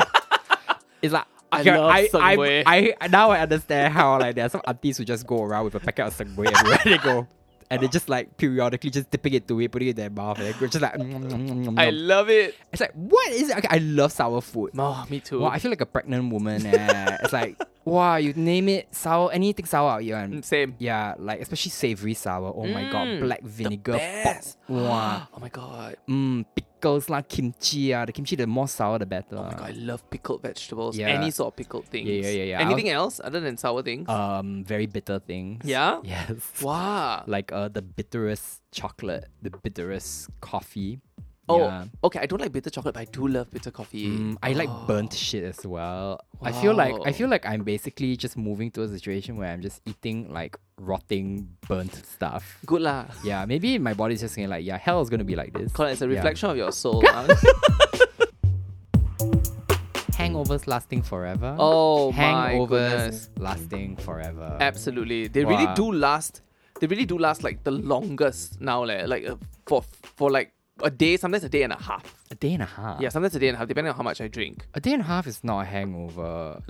A: it's like.
B: I
A: girl,
B: love
A: I, I,
B: Sungwei.
A: I, now I understand how like there are some aunties who just go around with a packet of sungway everywhere they go, and they just like periodically just dipping it to it, putting it in their mouth, and they're just like. mm, "Nom, nom, nom, nom,
B: I
A: nom."
B: love it.
A: it's like what is it? Okay, I love sour food.
B: Oh, me too.
A: Wow, I feel like a pregnant woman. eh. it's like, wow, you name it sour, anything sour out here. And
B: Same.
A: yeah, like especially savory sour. Oh my god,
B: Mm,
A: black vinegar. pork.
B: Best.
A: Wow.
B: Oh my god.
A: Mm, pickles lah, kimchi ah. The kimchi, the more sour, the better.
B: Oh my god, I love pickled vegetables.
A: Uh. Yeah.
B: Any sort of pickled things.
A: yeah, yeah, yeah.
B: Anything else other than sour things?
A: Um, very bitter things.
B: Yeah?
A: Yes.
B: wow.
A: Like uh, the bitterest chocolate, the bitterest coffee.
B: oh,
A: Yeah.
B: okay. I don't like bitter chocolate, but I do love bitter coffee. Oh.
A: Mm, I like burnt shit as well. I feel like I
B: Wow.
A: feel like I'm basically just moving to a situation where I'm just eating like rotting burnt stuff.
B: Good lah.
A: Yeah, maybe my body's just saying like, yeah, hell is gonna be like this.
B: Correct. It's a
A: Yeah.
B: reflection of your soul. lah.
A: Hangovers lasting forever.
B: oh my
A: hangovers
B: goodness.
A: lasting forever.
B: Absolutely. They really
A: Wow.
B: do last. They really do last like the longest now, leh. like uh, for for like a day, sometimes a day and a half.
A: a day and a half.
B: Yeah, sometimes a day and a half, depending on how much I drink.
A: A day and a half is not a hangover.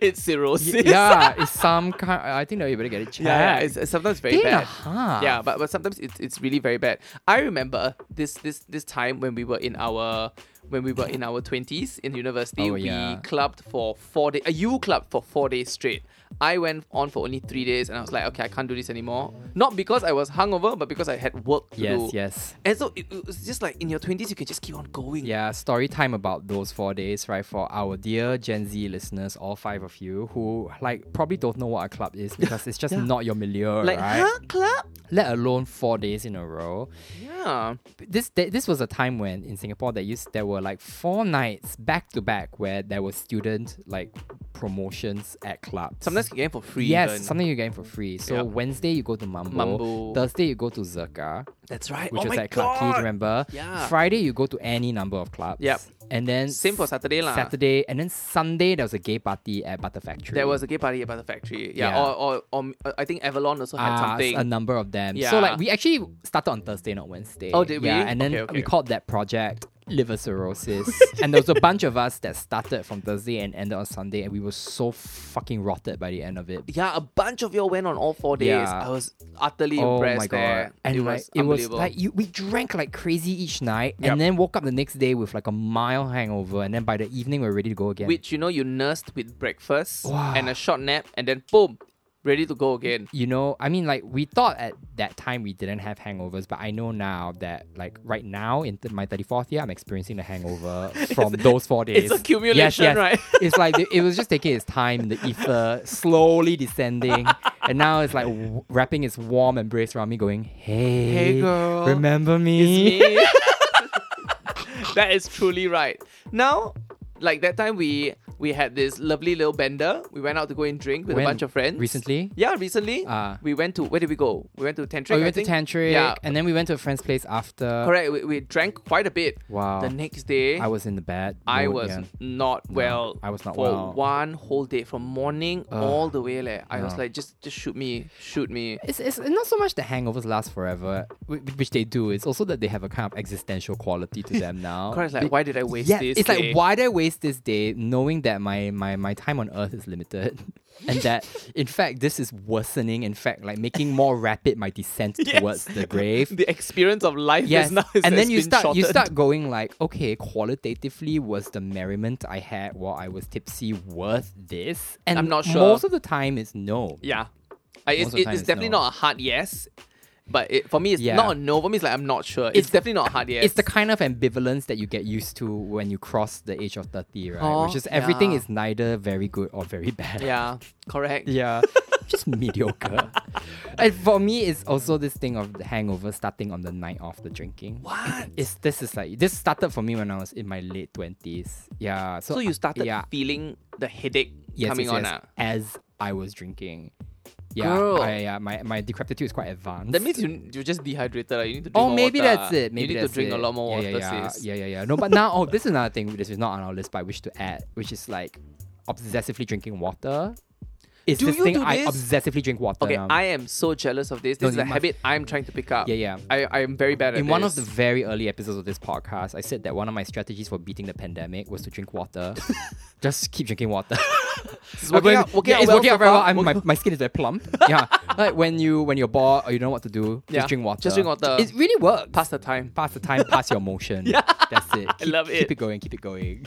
B: It's cirrhosis.
A: yeah, it's some kind. I think that you better get it checked.
B: Yeah, it's, it's sometimes very
A: day and a
B: bad.
A: half.
B: Yeah, but, but sometimes it's, it's really very bad. I remember this this this time when we were in our when we were in our twenties in university,
A: Oh, yeah.
B: we clubbed for four days. Uh, you clubbed for four days straight. I went on for only three days, and I was like, okay, I can't do this anymore. Not because I was hungover, but because I had work to do.
A: Yes, yes.
B: And so it, it was just like in your twenties, you can just keep on going.
A: Yeah, story time about those four days, right? For our dear Gen Z listeners, all five of you who like probably don't know what a club is because it's just
B: Yeah.
A: not your milieu,
B: Like
A: right?
B: huh, club?
A: Let alone four days in a row.
B: Yeah.
A: This th- this was a time when in Singapore there used there were like four nights back to back where there were student like promotions at clubs.
B: Sometimes you get it for free.
A: yes,
B: even.
A: something you're getting for free. So
B: Yeah.
A: Wednesday you go to Mambo,
B: Mambo.
A: Thursday you go to Zerka,
B: That's right.
A: which
B: oh
A: was
B: my
A: at Clarke Quay,
B: God.
A: remember?
B: Yeah.
A: Friday you go to any number of clubs.
B: Yep.
A: And then
B: Same for Saturday lah.
A: Saturday and then Sunday there was a gay party at Butter Factory.
B: There was a gay party about the factory. Yeah.
A: Yeah.
B: Or, or or I think Avalon also had
A: Ah,
B: something.
A: a number of them. So
B: Yeah.
A: like we actually started on Thursday, not Wednesday.
B: Oh, did we?
A: Yeah, and then
B: Okay, okay.
A: we called that project liver cirrhosis. and there was a bunch of us that started from Thursday and ended on Sunday, and we were so fucking rotted by the end of it.
B: yeah, a bunch of y'all went on all four days.
A: Yeah. Oh
B: I was utterly impressed there.
A: And
B: it
A: like,
B: was
A: it was
B: unbelievable.
A: like you, we drank like crazy each night,
B: Yep.
A: and then woke up the next day with like a mild hangover, and then by the evening we are ready to go again.
B: Which you know you nursed with breakfast
A: Wow.
B: and a short nap and then boom, ready to go again.
A: you know, I mean, like we thought at that time we didn't have hangovers, but I know now that like right now in th- my thirty fourth year, I'm experiencing the hangover from those four days.
B: It's accumulation,
A: Yes, yes.
B: right?
A: it's like the- it was just taking its time in the ether, slowly descending, and now it's like w- wrapping its warm embrace around me, going, "Hey,
B: girl,
A: remember me?"
B: Me. that is truly right. Now, like that time we we had this lovely little bender. We went out to go and drink with
A: When?
B: a bunch of friends.
A: Recently?
B: Yeah, recently.
A: Ah.
B: we went to where did we go? We went to Tantric.
A: Oh, we
B: I
A: went to
B: think.
A: Tantric,
B: Yeah.
A: and then we went to a friend's place after.
B: Correct. We, we drank quite a bit.
A: Wow.
B: The next day,
A: I was in the bed.
B: I was not well.
A: I was not
B: for
A: well.
B: one whole day from morning
A: Ugh.
B: all the way. Like, I was
A: No.
B: like, just just shoot me, shoot me.
A: It's, it's not so much that hangovers last forever, whi- which they do. It's also that they have a kind of existential quality to them now.
B: Correct.
A: Oh, Be-
B: Like, why did I waste
A: yeah,
B: this?
A: it's
B: day?
A: like why did I waste this day knowing that my my my time on Earth is limited, and that in fact this is worsening. In fact, like making more rapid my descent
B: Yes.
A: towards the grave.
B: the experience of life
A: Yes,
B: is now is,
A: and
B: has
A: then you
B: been
A: start you
B: shortened.
A: start going like, okay, qualitatively was the merriment I had while I was tipsy worth this? And
B: I'm not sure.
A: Most of the time is no.
B: Yeah, I,
A: Most of
B: it's,
A: the
B: it-
A: time
B: it's
A: it's
B: definitely
A: no.
B: not a hard yes, but it, for me it's
A: Yeah.
B: not a no. For me it's like I'm not sure. It's,
A: It's-
B: definitely not a hard yes.
A: It's the kind of ambivalence that you get used to when you cross the age of 30, right?
B: Oh,
A: Which is everything
B: yeah.
A: is neither very good or very bad.
B: yeah, correct.
A: Yeah. Just mediocre. and for me, it's also this thing of the hangover starting on the night of the drinking.
B: What?
A: It's, this is like this started for me when I was in my late twenties. Yeah. So,
B: So you started
A: yeah,
B: feeling the headache
A: yes,
B: coming
A: yes,
B: on.
A: yes,
B: ah?
A: as I was drinking. Yeah,
B: Girl.
A: I- yeah, my my decrepitude is quite advanced.
B: That means you you just dehydrated. ah. You need to drink
A: Oh,
B: more
A: maybe
B: water.
A: that's it. Maybe
B: you need
A: that's
B: to drink
A: it.
B: a lot more
A: yeah,
B: water.
A: yeah, yeah.
B: sis.
A: yeah, yeah, yeah. No, but now, oh, this is another thing. This is not on our list, but I wish to add, which is like obsessively drinking water. Is
B: Do
A: this
B: you
A: thing
B: do
A: I
B: this?
A: obsessively drink water?
B: Okay,
A: now.
B: I am so jealous of this. This
A: um, No,
B: is
A: you
B: a
A: must-
B: habit I'm trying to pick up.
A: Yeah, yeah.
B: I, I am very bad at
A: in
B: this.
A: one of the very early episodes of this podcast, I said that one of my strategies for beating the pandemic was to drink water. Just keep drinking water.
B: It's working out, working
A: yeah,
B: out
A: it's
B: well
A: working
B: so
A: out very well.
B: far.
A: I'm,
B: Work-
A: my, my skin is very plump. yeah, like when you when you're bored or you don't know what to do,
B: Yeah.
A: just drink water.
B: Just drink water.
A: It really works.
B: Pass the time.
A: pass the time, pass your motion. That's it. Keep,
B: love
A: Keep
B: it.
A: it going, keep it going.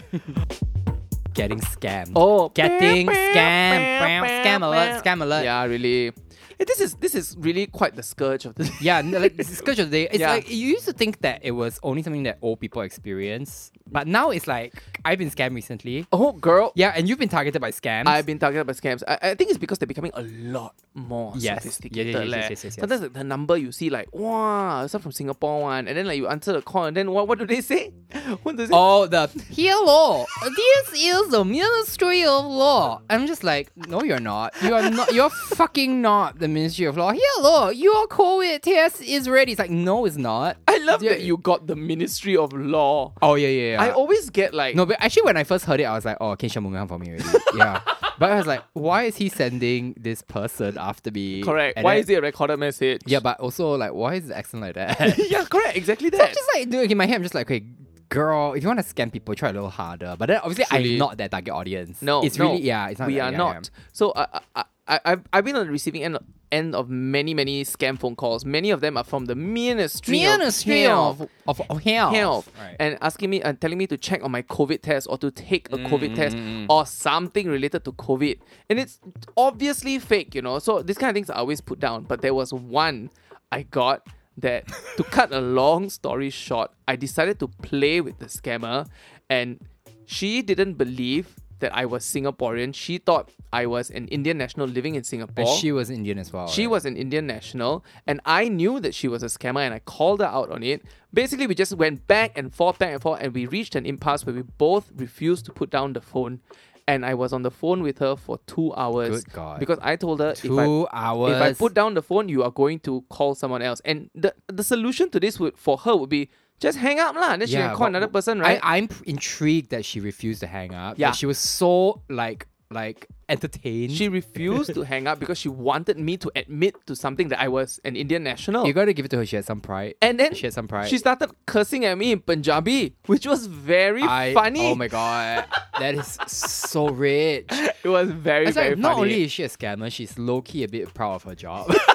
A: Getting scammed.
B: Oh,
A: Getting
B: Beep, beep,
A: scammed.
B: beep,
A: Bam,
B: beep,
A: Scam alert,
B: beep.
A: scam alert. Yeah.
B: Yeah, really. Eh, this is this is really quite the scourge of the
A: Yeah, n- like the scourge of the day. It's
B: Yeah.
A: like you used to think that it was only something that old people experience, but now it's like I've been scammed recently.
B: Oh, girl.
A: Yeah, and you've been targeted by scams.
B: I've been targeted by scams. I, I think it's because they're becoming a lot more
A: Yes. Yeah, yeah,
B: sophisticated.
A: yes,
B: leh.
A: yes, yes, yes, yes.
B: Sometimes like, the number you see like, wow, it's not from Singapore one. And then like you answer the call and then what, what do they say? What do they say?
A: Oh, the hello. This is the Ministry of Law. I'm just like, no, you're not. You are not. You're fucking not the Ministry of Law. Hello, your COVID test is ready. It's like, no, it's not.
B: I love
A: Yeah.
B: that you got the Ministry of Law.
A: Oh yeah, yeah, yeah.
B: I always get like
A: no, but actually, when I first heard it, I was like, oh, Ken Shamungan for me already. yeah. But I was like, why is he sending this person after me?
B: correct.
A: And
B: Why
A: then-
B: is it a recorded message?
A: Yeah, but also like, why is the accent like that?
B: yeah, correct. Exactly that.
A: just like dude, in my head, I'm just like, okay, girl, if you want to scam people, try a little harder. But then obviously,
B: Truly.
A: I'm not that target audience.
B: No,
A: it's
B: no,
A: really yeah, it's not.
B: we
A: that-
B: are
A: yeah,
B: not. So I, I, I, I've, I've been on the receiving end end of many, many scam phone calls. Many of them are from the Ministry,
A: Ministry
B: of
A: of, of, of Health.
B: Health
A: Right.
B: and asking me and telling me to check on my COVID test or to take a
A: Mm,
B: COVID test or something related to COVID. And it's obviously fake, you know. So these kind of things are always put down. But there was one I got that to cut a long story short, I decided to play with the scammer and she didn't believe that I was Singaporean. She thought I was an Indian national living in Singapore.
A: And she was Indian as well.
B: She
A: right?
B: was an Indian national, and I knew that she was a scammer, and I called her out on it. Basically, we just went back and forth, back and forth, and we reached an impasse where we both refused to put down the phone. And I was on the phone with her for two hours.
A: Good God.
B: Because I told her if I,
A: two hours.
B: if I put down the phone, you are going to call someone else. And the the solution to this would for her would be just hang up lah. Then she
A: Yeah,
B: can call
A: but-
B: another person, right?
A: I, I'm p- intrigued that she refused to hang up.
B: Yeah.
A: Like, she was so like like entertained.
B: she refused to hang up because she wanted me to admit to something that I was an Indian national.
A: you gotta give it to her. She had some pride.
B: And then
A: She had some pride.
B: She started cursing at me in Punjabi, which was very
A: I,
B: funny.
A: Oh my god, that is so rich.
B: It was very
A: It's
B: very
A: like not
B: funny.
A: only is she a scammer, she's low key a bit proud of her job.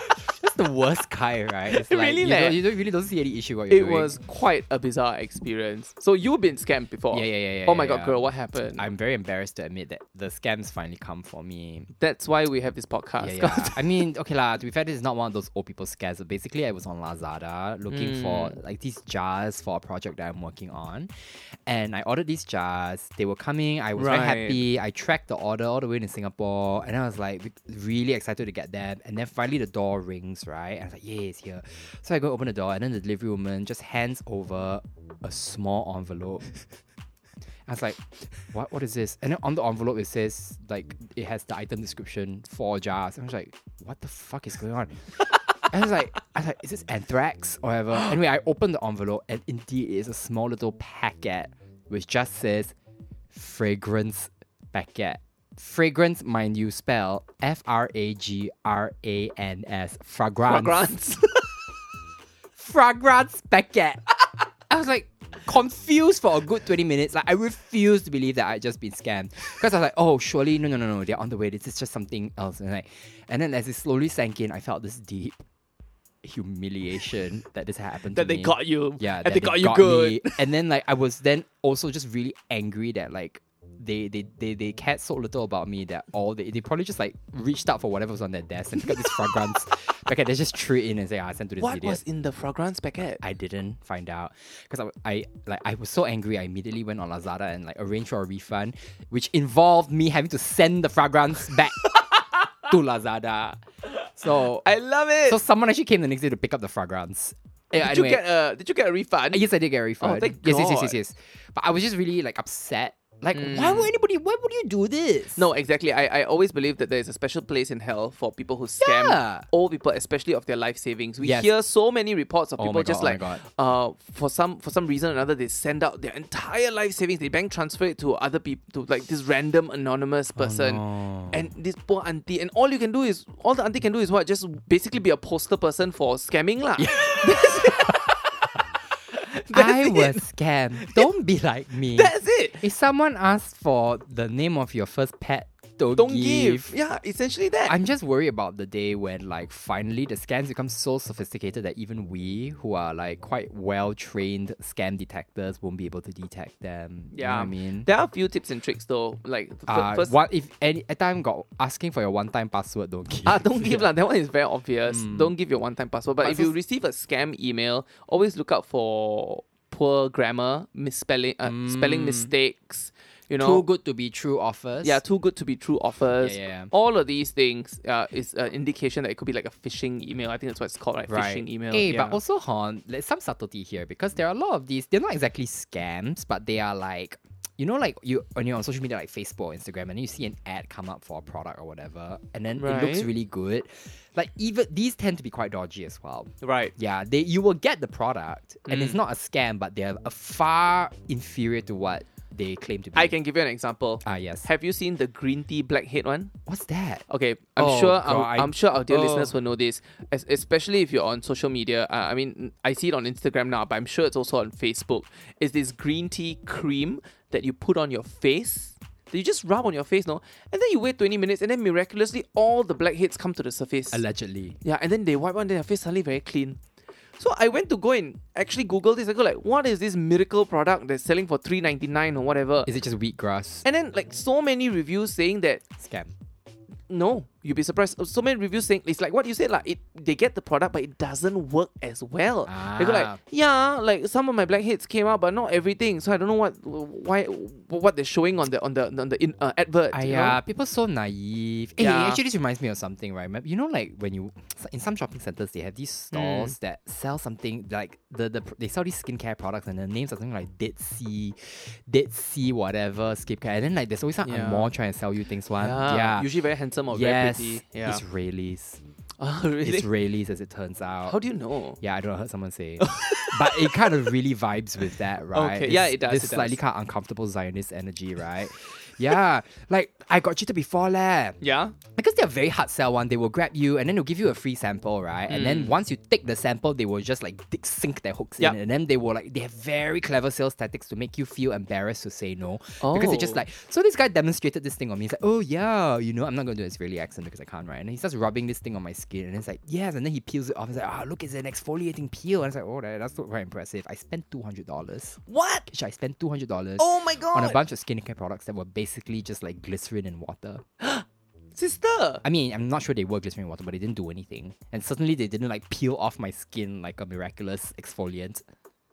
A: That's the worst kind, right? It's like
B: Really
A: you,
B: leh.
A: don't, you don't- really don't see any issue what you're
B: it
A: doing.
B: was quite a bizarre experience. So you've been scammed before.
A: Yeah, yeah, yeah, yeah,
B: Oh my
A: yeah,
B: god,
A: yeah.
B: girl, what happened?
A: I'm very embarrassed to admit that the scams finally come for me.
B: That's why we have this podcast.
A: Yeah, yeah. I mean, okay lah. To be fair, this is not one of those old people scares. But basically, I was on Lazada looking
B: Hmm.
A: for like these jars for a project that I'm working on, and I ordered these jars. They were coming. I was very
B: Right.
A: happy. I tracked the order all the way to Singapore, and I was like re- really excited to get them. And then finally, the door rings. Right, and I was like, "Yeah, it's here." So I go open the door, and then the delivery woman just hands over a small envelope. I was like, what? What is this? And then on the envelope it says like it has the item description, four jars. And I was like, what the fuck is going on? I was like, I was like, is this anthrax or whatever? Anyway, I opened the envelope and indeed it is a small little packet which just says fragrance packet. Fragrance, mind you, spell F R A G R A N S. Fragrance.
B: Fragrance.
A: Fragrance packet. I was like confused for a good 20 minutes. Like I refused to believe that I'd just been scammed. Because I was like, oh surely no no no no, they're on the way. This is just something else. And like and then as it slowly sank in, I felt this deep humiliation that this had happened
B: that
A: to
B: they
A: me.
B: got you.
A: Yeah,
B: And
A: that
B: they got you good.
A: me. And then like I was then also just really angry that like they they they, they cared so little about me that all they they probably just like reached out for whatever was on their desk and picked up this fragrance packet. They just threw it in and say, ah, I sent to this
B: What
A: idiot.
B: was in the fragrance packet?
A: I didn't find out because I, wa- I like I was so angry. I immediately went on Lazada and like arranged for a refund, which involved me having to send the fragrance back to Lazada. So
B: I love it.
A: so someone actually came the next day to pick up the fragrance. Eh,
B: did
A: anyway,
B: you get a Did you get a refund?
A: yes, I did get a refund.
B: thank
A: yes, yes, yes,
B: God. Mm.
A: yes, yes. But I was just really like upset. Like, why would anybody? Why would you do this?
B: No, exactly. I, I always believe that there is a special place in hell for people who scam
A: Yeah.
B: old people, especially of their life savings. We
A: Yes.
B: hear so many reports of
A: Oh my
B: people
A: God,
B: just
A: oh my
B: like,
A: God.
B: uh, for some for some reason or another, they send out their entire life savings, they bank transfer it to other people, to like this random anonymous person,
A: Oh, no.
B: and this poor auntie, and all you can do is all the auntie can do is what, just basically be a poster person for scamming lah.
A: I
B: it.
A: was scammed. Don't be like me.
B: That's it.
A: If someone asks for the name of your first pet, don't,
B: Don't give. Yeah, essentially that.
A: I'm just worried about the day when, like, finally the scams become so sophisticated that even we, who are like quite well trained scam detectors, won't be able to detect them. You know
B: yeah,
A: what I mean,
B: there are a few tips and tricks though. Like f-
A: uh,
B: first,
A: what if any a time got asking for your one-time password? Don't give.
B: Ah, don't give lah. That one is very obvious. Don't give your one-time password. But,
A: Mm. But
B: if you
A: it's-
B: receive a scam email, always look out for poor grammar, misspelling, uh, spelling mistakes. You know,
A: Mm. Too good to be true offers.
B: yeah, too good to be true offers.
A: Yeah, yeah.
B: All of these things uh, is an indication that it could be like a phishing email. I think that's what it's called, right?
A: Right.
B: Phishing email.
A: Hey,
B: Yeah.
A: Eh, but also hon, there's some subtlety here because there are a lot of these. They're not exactly scams, but they are like, you know, like you when you're on social media like Facebook, or Instagram, and then you see an ad come up for a product or whatever, and then it looks
B: Right.
A: really good. Like even these tend to be quite dodgy as well.
B: right.
A: Yeah, they you will get the product, and
B: Mm.
A: it's not a scam, but they're a far inferior to what they claim to be.
B: I can give you an example.
A: Ah yes.
B: Have you seen the green tea blackhead one?
A: What's that?
B: Okay, I'm
A: Oh,
B: sure
A: God,
B: our,
A: I-
B: I'm sure our dear
A: oh.
B: listeners will know this, es- especially if you're on social media. Uh, I mean, I see it on Instagram now, but I'm sure it's also on Facebook. It's this green tea cream that you put on your face that you just rub on your face, no? And then you wait 20 minutes and then miraculously all the blackheads come to the surface.
A: Allegedly.
B: Yeah, and then they wipe on their face suddenly very clean. So I went to go and actually Google this. I go like, what is this miracle product that's selling for three ninety nine or whatever?
A: Is it just wheatgrass?
B: and then like so many reviews saying that
A: Scam.
B: no, you'd be surprised. Oh, So many reviews saying it's like what you said, like it they get the product but it doesn't work as well. They go
A: Ah.
B: like, yeah, like some of my blackheads came out, but not everything. So I don't know what why what they're showing on the on the on the in, uh, advert. you know?
A: Aiyah, people so naive. Eh,
B: Yeah.
A: actually, this reminds me of something, right? Remem- You know, like when you in some shopping centers, they have these
B: Hmm.
A: stores that sell something like the, the pr- they sell these skincare products and the names are something like Dead Sea, Dead Sea, whatever skincare, and then like there's always some
B: Yeah.
A: Amor trying to sell you things. One,
B: Yeah.
A: um, yeah,
B: Usually very handsome or
A: yes,
B: very pretty. Yeah.
A: Israelis,
B: Oh, really?
A: Israelis, as it turns out.
B: How do you know?
A: yeah, I don't know. I heard someone say, but it kind of really vibes with that, right?
B: Okay, yeah,
A: It's
B: it does,
A: This
B: it does.
A: slightly kind of uncomfortable Zionist energy, right? yeah, like I got cheated before, leh
B: Yeah.
A: because they're very hard sell one, they will grab you and then they'll give you a free sample, right? And then once you take the sample, they will just like dig- sink their hooks
B: Mm. Yup.
A: in, and then they will like they have very clever sales tactics to make you feel embarrassed to say no because they just
B: Oh.
A: like so. This guy demonstrated this thing on me. He's like, oh yeah, you know, I'm not gonna do an Israeli accent because I can't, right? And he starts rubbing this thing on my skin, and it's like yes, and then he peels it off. He's like, ah, look, it's an exfoliating peel, and it's like, oh, that, that's not very impressive. I spent two hundred dollars.
B: What?
A: Should I spend two hundred dollars?
B: Oh my
A: On a
B: god.
A: bunch of skincare products that were basically just like glycerin and water.
B: Sister.
A: I mean, I'm not sure they were glycerin water, but they didn't do anything. And certainly they didn't like peel off my skin like a miraculous exfoliant.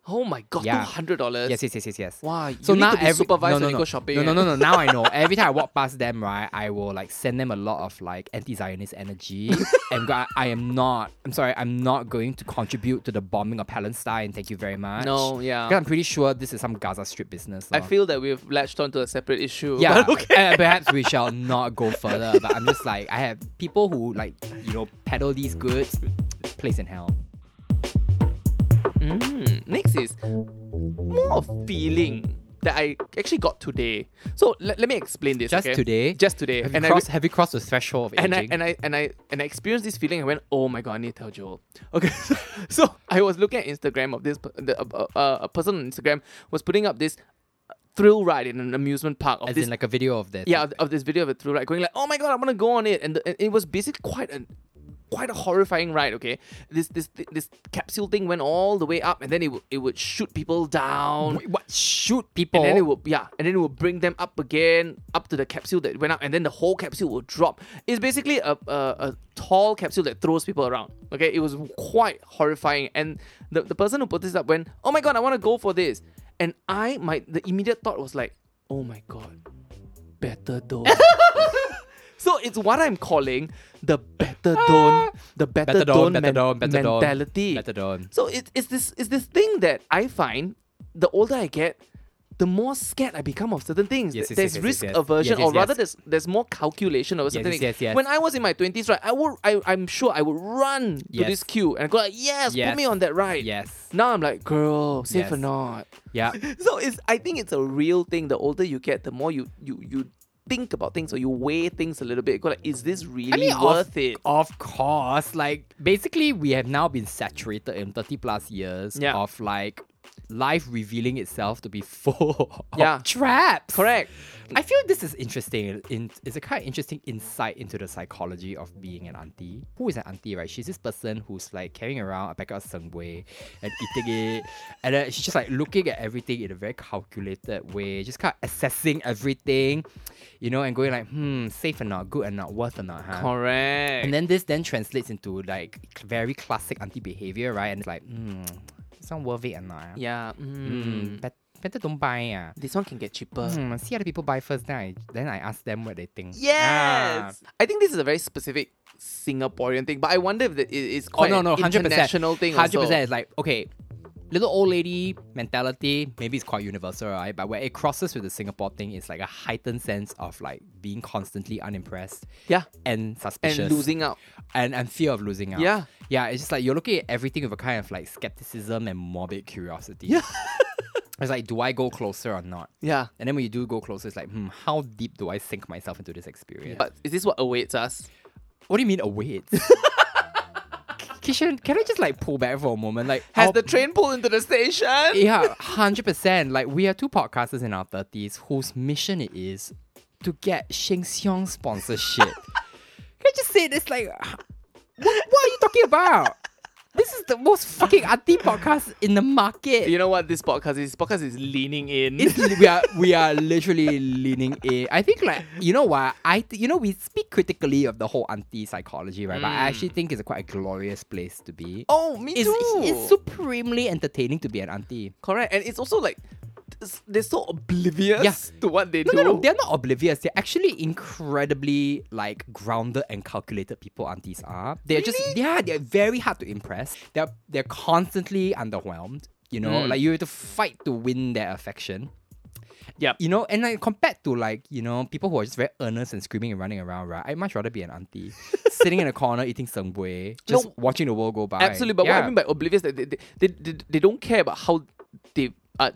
B: Oh my god,
A: Yeah.
B: $200.
A: Yes, yes, yes, yes, yes.
B: Wow, you
A: So
B: need
A: now
B: to be
A: every
B: supervised
A: no, no,
B: when you
A: no.
B: go shopping.
A: No, no,
B: eh?
A: no, no. Now I know. Every time I walk past them, right, I will like send them a lot of like anti-Zionist energy. and go- I am not. I'm sorry. I'm not going to contribute to the bombing of Palestine. Thank you very much.
B: No, yeah.
A: 'Cause I'm pretty sure this is some Gaza Strip business.
B: I
A: lor.
B: feel that we've latched onto a separate issue.
A: Yeah,
B: but okay.
A: uh, perhaps we shall not go further. But I'm just like I have people who like you know peddle these goods, place in hell.
B: Mm, next is more of feeling that I actually got today. So let, let me explain this.
A: Just
B: okay?
A: today?
B: Just today.
A: Have you,
B: and I
A: crossed,
B: re-
A: have you crossed the threshold of
B: and I
A: aging?
B: and I and I and I experienced this feeling. I went, oh my god, I need to tell Joel. Okay, so I was looking at Instagram of this per- the, uh, uh, a person on Instagram was putting up this thrill ride in an amusement park of
A: As
B: this
A: in like a video of that.
B: yeah of, of this video of it through like going like oh my god i want to go on it and, the, and it was basically quite a quite a horrifying ride okay this this this capsule thing went all the way up and then it would it would shoot people down
A: Wait, what? Shoot people.
B: and then it would yeah and then it would bring them up again up to the capsule that went up and then the whole capsule would drop it's basically a, a, a tall capsule that throws people around okay it was quite horrifying and the, the person who put this up went oh my god i want to go for this and i my the immediate thought was like oh my god better don't So it's what I'm calling the better don't, the better,
A: Better don't,
B: don't,
A: better
B: men-
A: don't, better don't.
B: mentality.
A: Methadone.
B: So it, it's this it's this thing that I find the older I get, the more scared I become of certain things.
A: Yes, yes, yes,
B: there's
A: yes,
B: risk
A: yes.
B: aversion,
A: Yes, yes,
B: or rather,
A: yes.
B: there's there's more calculation over certain
A: yes,
B: things.
A: yes, yes.
B: When I was in my twenties, right, I would I I'm sure I would run to
A: Yes.
B: this queue and go like, yes, put
A: Yes.
B: me on that ride.
A: Yes.
B: Now I'm like, girl, safe
A: Yes.
B: or not?
A: Yeah.
B: So it's I think it's a real thing. The older you get, the more you you you think about things or you weigh things a little bit. Go like, is this really worth
A: of,
B: it?
A: Of course. Like basically we have now been saturated in 30 plus years
B: Yeah.
A: of like life revealing itself to be full of
B: Yeah.
A: traps.
B: Correct.
A: I feel this is interesting. In, it's a kind of interesting insight into the psychology of being an auntie. Who is an auntie, right? She's this person who's like carrying around a packet of sengwei and eating it, and then she's just like looking at everything in a very calculated way, just kind of assessing everything, you know, and going like, hmm, safe or not, good or not, worth or not, huh?
B: Correct.
A: And then this then translates into like cl- very classic auntie behavior, right? And it's like, hmm, it's not worth it or not. ah?
B: yeah.
A: Hmm,
B: Mm.
A: bet- better don't buy it. ah."
B: This one can get cheaper.
A: Hmm, see other people buy first, then I then I ask them what they think. Ah,
B: Yes. Ah. I think this is a very specific Singaporean thing, but I wonder if it is
A: Ah. Oh
B: quite
A: no no,
B: an
A: hundred percent.
B: international thing.
A: Hundred
B: also.
A: percent is like okay, little old lady mentality. Maybe it's quite universal, right? But where it crosses with the Singapore thing is like a heightened sense of like being constantly unimpressed
B: Yeah.
A: and
B: And
A: suspicious
B: losing out.
A: and, and fear of losing out.
B: Yeah.
A: yeah. It's just like you're looking at everything with a kind of like skepticism and morbid curiosity.
B: Yeah.
A: it's like, do I go closer or not?
B: Yeah.
A: And then when you do go closer, it's like, hmm, how deep do I sink myself into this experience?
B: But is this what awaits us?
A: What do you mean awaits? Kishan, can I just like pull back for a moment? Like,
B: Has
A: our-
B: the train pulled into the station?
A: yeah, hundred percent. Like, we are two podcasters in our thirties whose mission it is to get Sheng Xiong sponsorship. Can I just say this? Like, what, what are you talking about? This is the most fucking anti podcast in the market.
B: You know what this podcast is? This podcast is leaning in.
A: It's li- we are we are literally leaning in. I think like you know what I th- you know we speak critically of the whole anti psychology right, but I actually think it's quite a glorious place to be.
B: oh, me
A: it's,
B: too.
A: it's supremely entertaining to be an auntie.
B: Correct, and it's also like s- they're so oblivious
A: Yeah.
B: to what they
A: No,
B: do.
A: no, no, they're not oblivious. They're actually incredibly like grounded and calculated people aunties are. They're just yeah, they're very hard to impress. They're they're constantly underwhelmed. You know,
B: Mm.
A: like you have to fight to win their affection.
B: Yep.
A: You know, and like compared to like, you know, people who are just very earnest and screaming and running around, right? I'd much rather be an auntie sitting in a corner eating sangwei, just
B: No.
A: watching the world go by.
B: Absolutely, but
A: yeah.
B: what I mean by oblivious, that they, they, they, they, they don't care about how they uh,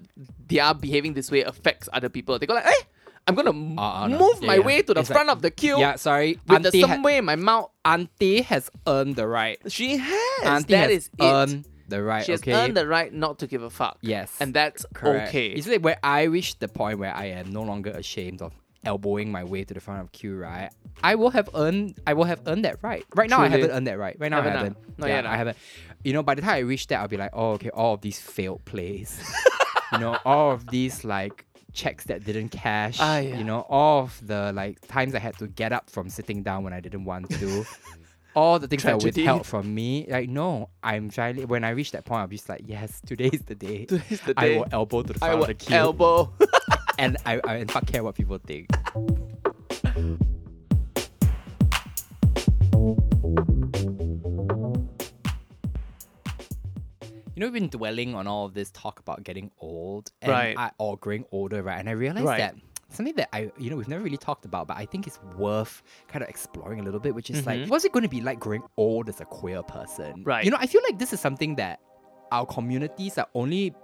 B: they are behaving this way affects other people. They go like, hey, I'm gonna m-
A: Ah, ah, no.
B: move
A: Yeah,
B: my
A: yeah.
B: way to the
A: It's
B: front
A: like-
B: of the queue
A: Yeah, sorry.
B: with the
A: Auntie, ha-
B: some way in my mouth.
A: auntie has earned the right.
B: She has.
A: auntie
B: That
A: has
B: is
A: earned
B: it.
A: the right.
B: She has
A: okay.
B: earned the right not to give a fuck.
A: Yes.
B: and that's
A: Correct.
B: okay.
A: It's like where I reach the point where I am no longer ashamed of elbowing my way to the front of queue, right? I will have earned I will have earned that right. Right now I
B: Truly.
A: haven't earned that right. Right now I
B: Haven't, ah?
A: haven't.
B: Not
A: yeah,
B: yet, ah?
A: I haven't. You know, by the time I reach that I'll be like, oh okay, all of these failed plays. you know, all of these like checks that didn't cash.
B: Ah, yeah.
A: You know, all of the like times I had to get up from sitting down when I didn't want to. All the things that
B: Tragedy.
A: withheld from me, like no, I'm trying. When I reach that point, I'm just like, yes, today is the day.
B: Today's the
A: I
B: day.
A: will elbow to the
B: I
A: front of
B: will
A: the queue.
B: elbow.
A: and I, I and fuck care what people think. You know, we've been dwelling on all of this talk about getting old and
B: Right.
A: I, or growing older, right? And I realized
B: Right.
A: that something that I, you know, we've never really talked about, but I think is worth kind of exploring a little bit, which is like, what's it going to be like growing old as a queer person?
B: Mm-hmm. Right.
A: You know, I feel like this is something that our communities are only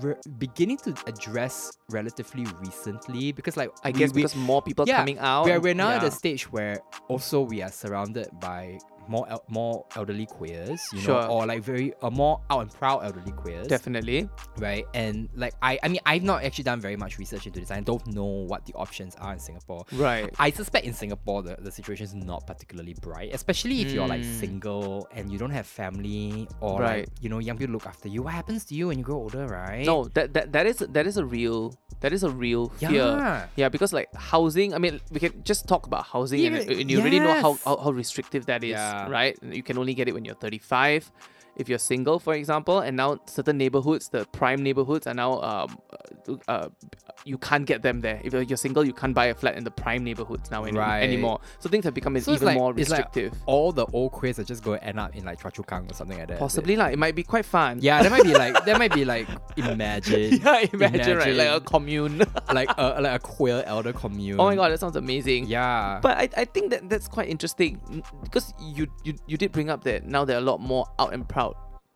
A: re- beginning to address relatively recently because like
B: I
A: we-
B: guess
A: we-
B: because more people
A: yeah,
B: coming out.
A: we're, we're now at
B: Yeah.
A: the stage where also we are surrounded by more el- more elderly queers you
B: Sure.
A: know or like very uh, more out and proud elderly queers
B: definitely.
A: right and like i i mean i've not actually done very much research into this i don't know what the options are in singapore
B: Right.
A: I suspect in Singapore the, the situation is not particularly bright, especially if you're like
B: Mm.
A: single and you don't have family or
B: Right.
A: like you know young people look after you. What happens to you when you grow older, right?
B: No, that, that that is that is a real that is a real fear.
A: Yeah.
B: Yeah, because like housing, I mean, we can just talk about housing,
A: Yeah,
B: and,
A: but-
B: and you already know how,
A: yes.
B: how how restrictive that is,
A: Yeah.
B: right? You can only get it when you're 35, if you're single, for example. And now certain neighborhoods, the prime neighborhoods, are now um, uh, uh, you can't get them there. If you're, you're single, you can't buy a flat in the prime neighborhoods now any,
A: Right.
B: anymore. So things have become
A: So it's
B: even
A: like-
B: more
A: it's like
B: restrictive.
A: all the old queers are just going to end up in like Choa Chu Kang or something like that. is it?
B: Possibly like it might be quite fun.
A: Yeah, that might be like that might be like imagine.
B: Yeah, imagine, right? Like a commune.
A: like a like a queer elder commune.
B: oh my god, that sounds amazing.
A: Yeah.
B: But I, I think that that's quite interesting mm, because you, you you did bring up that now there are a lot more out and proud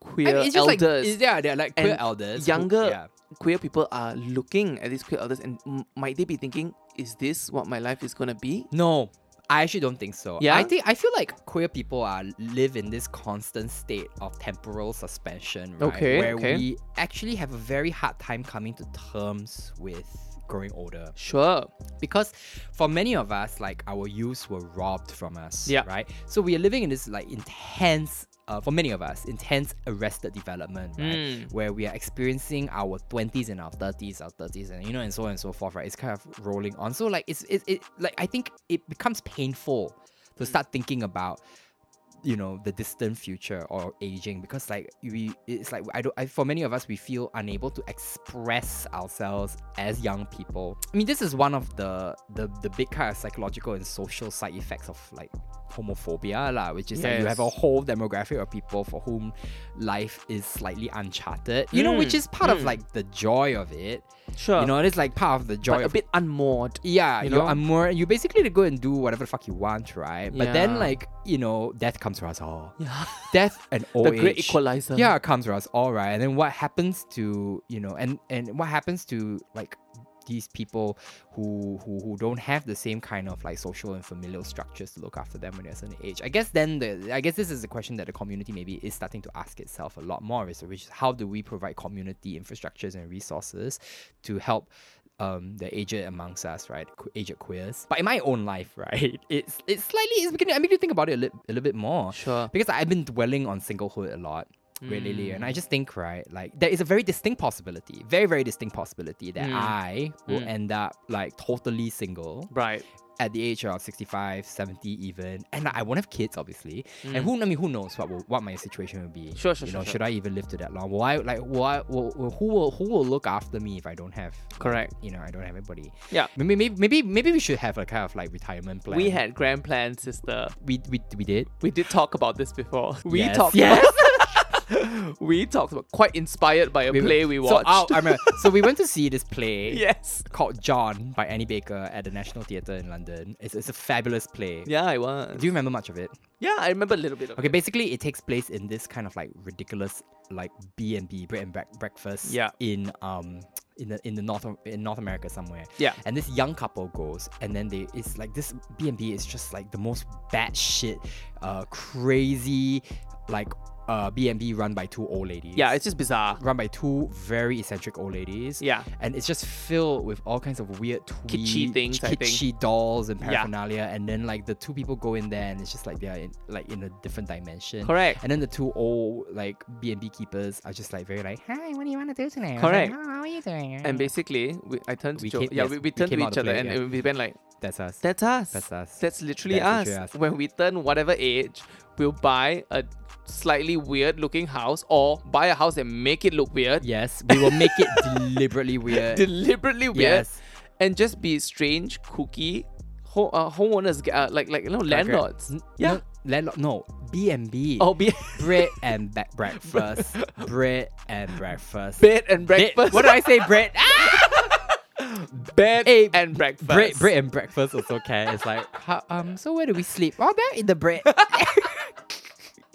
B: queer
A: I mean, it's just like
B: elders.
A: it's- yeah, they're like queer
B: and
A: elders. who-
B: Younger
A: yeah.
B: queer people are looking at these queer elders and m- might they be thinking, is this what my life is gonna be?
A: No, I actually don't think so.
B: Yeah?
A: I think I feel like queer people are live in this constant state of temporal suspension, right?
B: Okay,
A: Where
B: okay.
A: we actually have a very hard time coming to terms with growing older
B: Sure.
A: because for many of us like our youths were robbed from us
B: Yeah.
A: right so we are living in this like intense uh, for many of us intense arrested development right
B: Mm.
A: where we are experiencing our 20s and our 30s our 30s and you know and so on and so forth right it's kind of rolling on so like it's it, it like i think it becomes painful to start thinking about you know the distant future or aging because like we it's like i don't I, for many of us we feel unable to express ourselves as young people i mean this is one of the the, the big kind of psychological and social side effects of like homophobia la, which is that you
B: Yes.
A: have a whole demographic of people for whom life is slightly uncharted you know which
B: Mm,
A: is part of
B: mm.
A: like the joy of it
B: Sure.
A: you know it's like part of the joy
B: but a
A: of
B: bit unmoored.
A: yeah,
B: you
A: you
B: know?
A: know, I'm more. You basically go and do whatever the fuck you want, right? But
B: Yeah.
A: then, like, you know, death comes for us all.
B: Yeah.
A: Death and old
B: the great
A: age.
B: equalizer.
A: Yeah, comes for us all, right? And then what happens to you know, and and what happens to like these people who who who don't have the same kind of like social and familial structures to look after them when they're a certain age? I guess then the I guess this is a question that the community maybe is starting to ask itself a lot more is which is how do we provide community infrastructures and resources to help um the aged amongst us, right? Que- Aged queers. But in my own life, right, it's it's slightly it's beginning. I need to think about it a little, a little bit more
B: Sure.
A: because I've been dwelling on singlehood a lot really, lately,
B: Mm.
A: and I just think right, like there is a very distinct possibility, very very distinct possibility that
B: Mm.
A: I will
B: Mm.
A: end up like totally single
B: Right.
A: at the age of 65, 70 even, and like, I won't have kids obviously, and who I mean who knows what will, what my situation will be.
B: Mm. Sure, sure,
A: you
B: sure,
A: know,
B: sure.
A: should I even live to that long? Why like why will, will- who will who will look after me if I don't have
B: Correct.
A: you know I don't have anybody?
B: Yeah.
A: Maybe maybe maybe, maybe we should have a kind of like retirement plan.
B: We had grand plans, sister.
A: we we, we did.
B: We did talk about this before. We
A: Yes.
B: talked.
A: Yes.
B: About, we talked about quite inspired by a
A: We-
B: play we
A: so,
B: watched.
A: oh, I remember. so we went to see this play.
B: yes.
A: Called John by Annie Baker at the National Theatre in London. It's, it's a fabulous play.
B: Yeah, I was.
A: Do you remember much of it?
B: yeah, I remember a little bit of.
A: Okay, basically it takes place in this kind of like ridiculous like B and B bread and bre- breakfast
B: Yeah.
A: in um in the in the North in North America somewhere.
B: Yeah.
A: And this young couple goes and then they it's like this B and B is just like the most bad shit, uh crazy like uh B and B run by two old ladies.
B: Yeah, it's just bizarre.
A: run by two very eccentric old ladies.
B: Yeah.
A: And it's just filled with all kinds of weird twee,
B: Kitschy things, I think.
A: kitschy dolls and
B: Yeah.
A: paraphernalia. And then like the two people go in there and it's just like they're in, like in a different dimension.
B: Correct.
A: And then the two old like B and B keepers are just like very like,
C: Hi, what do you want to do tonight? I was
B: Correct.
C: Like, oh, how are you doing?
B: And basically, we, I turned to
A: We
B: Joe.
A: came-
B: yeah,
A: yes,
B: we, we
A: we
B: turned
A: came
B: to
A: out
B: each
A: the
B: other
A: play,
B: and
A: yeah.
B: and we went like,
A: that's us.
B: "That's us.
A: That's us.
B: That's literally
A: That's
B: us.
A: literally us.
B: When we turn whatever age, we'll buy a slightly weird looking house or buy a house and make it look weird,
A: yes, we will make it deliberately weird.
B: deliberately weird,
A: Yes.
B: and just be strange, kooky. Ho- uh, homeowners, uh, like like you know, landlords.
A: N-
B: Yeah.
A: No, landlord, no. B and B.
B: Oh, be
A: Bread and ba- breakfast. bread and breakfast.
B: bed and
A: Bed-
B: breakfast.
A: What did I say? Bread. Ah!
B: bed
A: Eh,
B: and breakfast.
A: Bread, bread and breakfast also can. It's like, ha- um, so where do we sleep? Oh, there in the bread.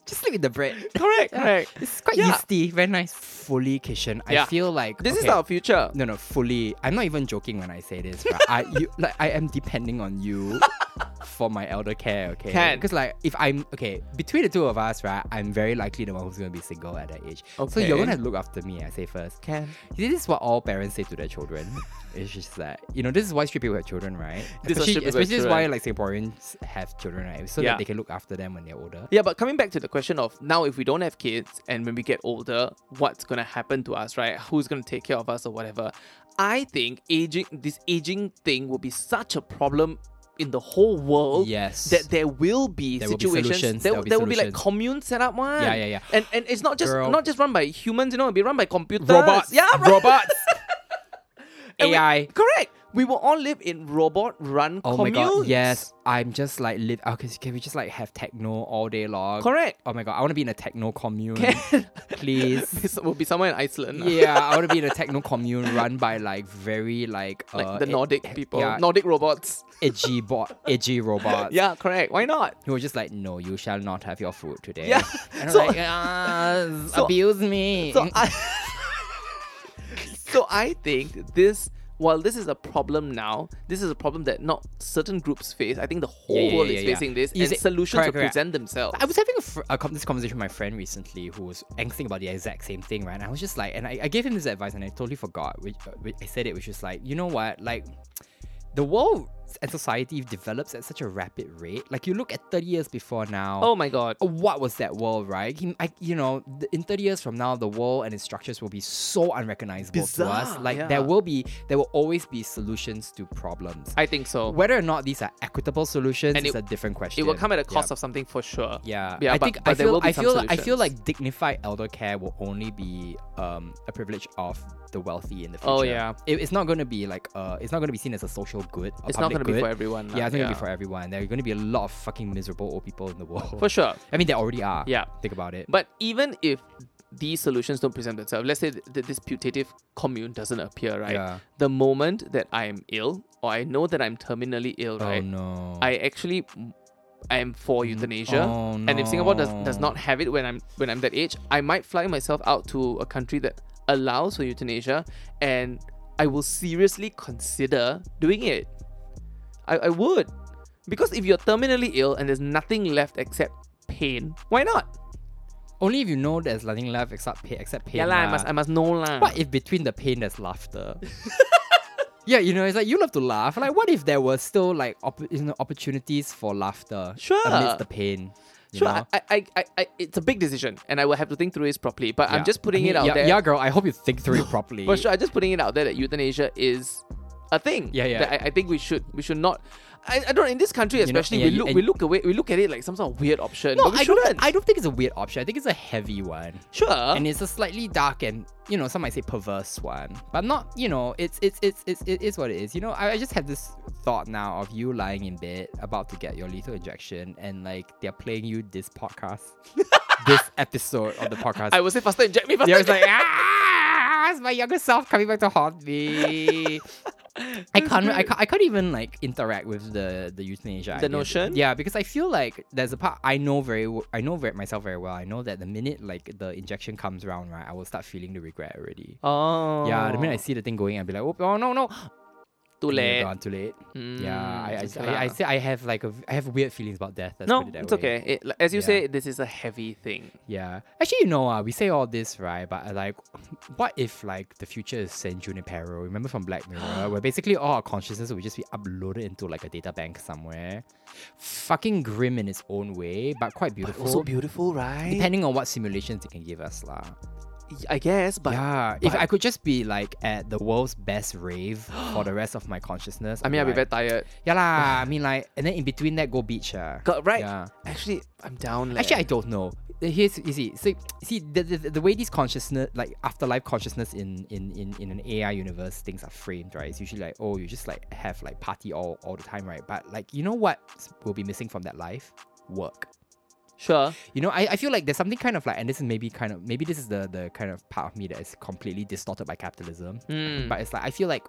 A: Just sleep in the bread.
B: Correct,
A: Yeah.
B: correct.
A: It's quite
B: Yeah.
A: yeasty, very nice. Fully kitchen.
B: Yeah.
A: I feel like
B: This is
A: okay,
B: our future.
A: no, no, fully. I'm not even joking when I say this. But I, you, like, I am depending on you for my elder care. Okay,
B: Can.
A: because like if I'm okay between the two of us, right? I'm very likely the one who's gonna be single at that age. So
B: Okay.
A: you're gonna look after me. I say first.
B: Can
A: This is what all parents say to their children. it's just that you know this is why straight people have children, right?
B: This is why straight
A: especially
B: people have
A: especially this is why
B: children.
A: like Singaporeans have children, right? So
B: Yeah.
A: that they can look after them when they're older.
B: Yeah, but coming back to the question of now, if we don't have kids and when we get older, what's gonna happen to us, right? Who's gonna take care of us or whatever? I think aging, this aging thing, will be such a problem in the whole world.
A: Yes.
B: That there will be
A: There will be
B: situations.
A: solutions,
B: there,
A: there will be
B: there will be like
A: solutions.
B: commune set up one.
A: Yeah, yeah, yeah.
B: And and it's not just
A: Girl.
B: not just run by humans, you know, it'll be run by computers.
A: Robots.
B: Yeah, right.
A: robots.
B: And we-
A: AI.
B: correct. We will all live in robot run
A: Oh my
B: communes.
A: god. Yes. I'm just like live. Okay, so can we just like have techno all day long?
B: Correct.
A: Oh my god. I want to be in a techno commune, please.
B: This will be somewhere in Iceland. ah.
A: yeah, I want to be in a techno commune run by like very like
B: Like
A: uh,
B: the
A: ed-
B: Nordic people,
A: yeah.
B: Nordic robots.
A: edgy bot edgy robots.
B: Yeah, correct. Why not?
A: who were just like, "No, you shall not have your food today."
B: Yeah.
A: and I'm
B: So-
A: like, "Ah,
B: so-
A: abuse me.
B: So I, so I think this. While this is a problem now, this is a problem that not certain groups face. I think the whole
A: Yeah, yeah,
B: world
A: yeah,
B: is
A: yeah, yeah.
B: facing this,
A: You
B: and
A: say-
B: solutions
A: correct,
B: will
A: correct.
B: present themselves.
A: I was having a, fr- a com- this conversation with my friend recently who was angsting about the exact same thing, right? And I was just like, and I, I gave him this advice, and I totally forgot. Which, uh, which I said it, which was like, you know what, like. The world and society develops at such a rapid rate. Like you look at thirty years before now.
B: oh my god!
A: what was that world, right? He, I, you know, th- in 30 years from now, the world and its structures will be so unrecognizable to us.
B: Bizarre,
A: Like
B: yeah.
A: there will be, there will always be solutions to problems.
B: I think so.
A: Whether or not these are equitable solutions
B: And
A: is
B: it-
A: a different question.
B: it will come at a cost
A: yeah.
B: of something for sure.
A: Yeah,
B: Yeah,
A: I
B: but-
A: think
B: but
A: I
B: there
A: feel
B: will be
A: I
B: some
A: feel I feel
B: solutions.
A: like dignified elder care will only be um, a privilege of the wealthy in the future.
B: Oh, yeah.
A: It- it's not going to be like uh, it's not going to be seen as a social good. A
B: It's not
A: going to
B: be for everyone. lah.
A: Yeah, it's not going to be for everyone. There are going to be a lot of fucking miserable old people in the world.
B: For sure.
A: I mean, there already are.
B: Yeah.
A: think about it.
B: But even if these solutions don't present themselves, let's say th- th- this putative commune doesn't appear, right?
A: Yeah.
B: The moment that I'm ill or I know that I'm terminally ill,
A: Oh
B: right?
A: no.
B: I actually I am for euthanasia.
A: Oh,
B: And if Singapore does does
A: no.
B: not have it when I'm when I'm that age, I might fly myself out to a country that allows for euthanasia and I will seriously consider doing it. I, I would. Because if you're terminally ill and there's nothing left except pain, why not?
A: only if you know there's nothing left except pain. Except pain.
B: yeah lah, I must I must know lah.
A: What if between the pain there's laughter? Yeah, you know, it's like you love to laugh. Like, what if there were still like opp- you know, opportunities for laughter
B: Sure.
A: amidst the pain? You
B: Sure,
A: know?
B: I, I, I, I, it's a big decision, and I will have to think through this properly. But
A: Yeah.
B: I'm just putting
A: I
B: it
A: mean,
B: out
A: yeah,
B: there.
A: Yeah, girl, I hope you think through it properly.
B: But sure, I'm just putting it out there that euthanasia is a thing.
A: Yeah, yeah.
B: That I, I think we should we should not. I, I don't. In this country,
A: You know,
B: especially,
A: yeah,
B: we
A: you-
B: look
A: and-
B: we look away we look at it like some sort of weird option.
A: No,
B: but we
A: I
B: shouldn't.
A: don't, I don't think it's a weird option. I think it's a heavy one.
B: sure.
A: and it's a slightly dark and you know some might say perverse one but not you know it's it's it's it's it is what it is you know I, I just had this thought now of you lying in bed about to get your lethal injection and like they're playing you this podcast this episode of the podcast
B: I will say faster inject me faster.
A: yeah, it's like eh. ah, it's my younger self coming back to haunt me. I can't, I can't, I can't even like interact with the the euthanasia. idea.
B: notion?
A: yeah, because I feel like there's a part I know very, w- I know very, myself very well. I know that the minute like the injection comes around, right, I will start feeling the regret already.
B: oh.
A: Yeah, the minute I oh see the thing going, I'll be like, oh, oh no, no,
B: too
A: And then
B: late.
A: you're gone, too late.
B: Mm,
A: yeah, I, I,
B: okay
A: I, I
B: lah.
A: say I have like a, I have weird feelings about death. Let's
B: no,
A: put it that
B: it's
A: way.
B: okay. It, like, as you
A: Yeah.
B: say, this is a heavy thing.
A: Yeah. Actually, you know, uh, we say all this, right? But uh, like, what if like the future is San Junipero? Remember from Black Mirror, where basically all our consciousness will just be uploaded into like a data bank somewhere. Fucking grim in its own way, but quite beautiful.
B: Also beautiful, right?
A: depending on what simulations they can give us, lah.
B: I guess, but
A: yeah. if
B: but-
A: I could just be like at the world's best rave for the rest of my consciousness,
B: I mean, I'll be
A: like,
B: very tired.
A: Yeah lah. I mean, like, and then in between that, go beach, ah.
B: Got right.
A: Yeah.
B: Actually, I'm down. leh.
A: Actually, I don't know. Uh, Here's you see, so, see the, the the way these consciousness, like afterlife consciousness in in in in an AI universe, things are framed, right? It's usually like, oh, you just like have like party all all the time, right? But like, you know what will be missing from that life? Work.
B: sure.
A: You know, I, I feel like there's something kind of like, and this is maybe kind of maybe this is the the kind of part of me that is completely distorted by capitalism.
B: Mm.
A: But it's like I feel like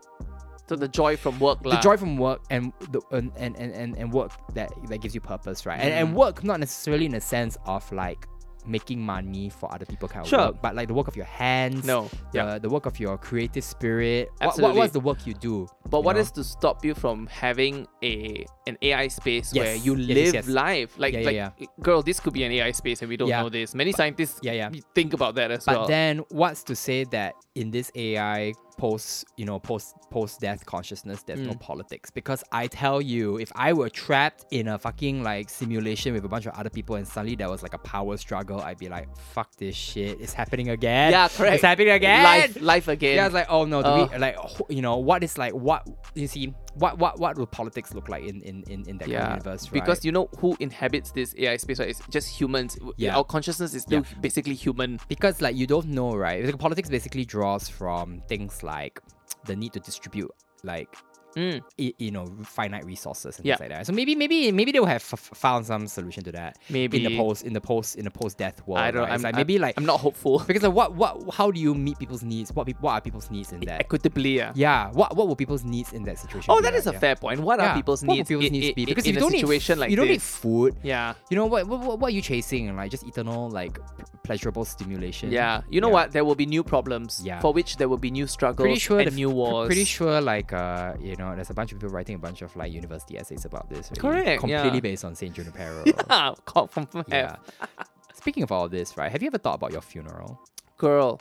B: So the joy from work,
A: the joy from work and the and and, and, and, and work that that gives you purpose, right? And
B: Mm.
A: and work not necessarily in a sense of like making money for other people kind of
B: Sure.
A: work, but like the work of your hands.
B: No,
A: The, the work of your creative spirit. What, what
B: Absolutely.
A: what's the work you do?
B: But
A: you
B: what
A: know?
B: is to stop you from having a an AI space where
A: Yes.
B: you
A: Yes, yes,
B: live
A: yes.
B: life? Like,
A: Yeah, yeah,
B: like,
A: yeah.
B: girl, this could be an AI space, and we don't
A: Yeah.
B: know this. Many scientists,
A: yeah, yeah.
B: think about that as
A: But
B: well.
A: then what's to say that in this AI post you know post post death consciousness there's
B: Mm.
A: no politics because I tell you if I were trapped in a fucking like simulation with a bunch of other people and suddenly there was like a power struggle I'd be like fuck this shit it's happening again
B: yeah, correct.
A: it's happening again
B: Life, life again.
A: yeah it's like oh no do
B: Uh.
A: we, like ho- you know what is like what you see what what what will politics look like in in in, in that kind
B: Yeah,
A: of universe right?
B: because you know who inhabits this AI space, right? It's just humans.
A: Yeah.
B: Our consciousness is still basically human.
A: because like you don't know right like, politics basically draws from things like the need to distribute like
B: Mm.
A: i- you know finite resources and
B: Yeah.
A: things like that so maybe maybe maybe they'll have f- found some solution to that in
B: Maybe.
A: the post in the post in the post death world
B: I don't.
A: right?
B: I'm
A: It's like
B: I'm-
A: maybe like
B: I'm not hopeful.
A: because like what what how do you meet people's needs what peop what are people's needs in that
B: Equitably, yeah.
A: yeah what what will people's needs in that situation
B: Oh,
A: be
B: that
A: like?
B: is a
A: Yeah.
B: fair point. What
A: Yeah,
B: are people's
A: what will
B: needs?
A: people's
B: in-
A: needs
B: in-
A: be
B: in-
A: because
B: in
A: you
B: a
A: don't
B: situation
A: need,
B: like
A: you don't need
B: this.
A: food
B: yeah.
A: you know what, what what what are you chasing like just eternal like p- pleasurable stimulation
B: Yeah, you know
A: Yeah.
B: what? There will be new problems.
A: Yeah.
B: For which there will be new struggles
A: pretty sure
B: and
A: the,
B: new
A: pr-
B: wars.
A: Pretty sure, like uh, you know, there's a bunch of people writing a bunch of like university essays about this. already,
B: Correct,
A: Completely
B: yeah.
A: based on Saint Junipero.
B: Ah, call from from
A: yeah.
B: F.
A: Speaking of all this, right? Have you ever thought about your funeral?
B: Girl,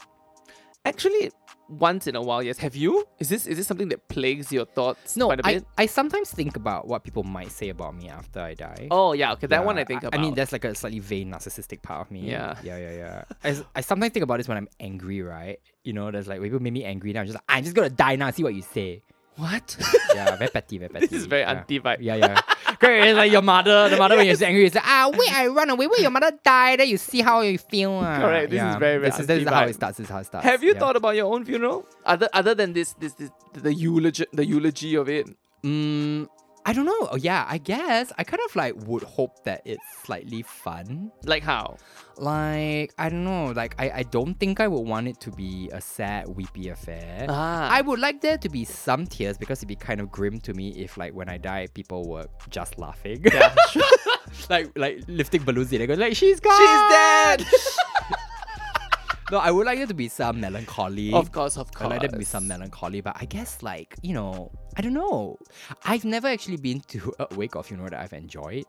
B: actually, once in a while, yes. Have you? Is this is this something that plagues your thoughts?
A: No,
B: quite a
A: I,
B: bit?
A: I sometimes think about what people might say about me after I die.
B: Oh yeah, okay. That
A: Yeah,
B: one I think about.
A: I mean, that's like a slightly vain, narcissistic part of me.
B: Yeah.
A: yeah, yeah, yeah. I, s- I sometimes think about this when I'm angry, right? You know, there's like when people make me angry. Now I'm just like, I'm just gonna die now. See what you say.
B: what?
A: Yeah, very petty, very petty.
B: this is very
A: yeah.
B: anti vibe.
A: Yeah, yeah. Great. It's like your mother. The mother when you're angry, it's like, ah, wait, I run away. Wait, your mother died. Then you see how you feel. ah."
B: Correct, this is very, very
A: This is, this is how
B: anti-vibe.
A: it starts. This is how it starts.
B: Have you
A: yeah.
B: thought about your own funeral? Other other than this this, this the eulogy the eulogy of it.
A: Mm, I don't know. Oh, yeah, I guess I kind of like would hope that it's slightly fun.
B: Like how?
A: Like I don't know. Like I, I don't think I would want it to be a sad, weepy affair.
B: Ah.
A: I would like there to be some tears because it'd be kind of grim to me if like when I die, people were just laughing. Yeah, like like lifting balloons in. They go like, she's gone.
B: She's dead.
A: No, I would like there to be some melancholy.
B: of course, of
A: I
B: course.
A: like there to be some melancholy, but I guess like you know, I don't know. I've never actually been to a wake or funeral that I've enjoyed.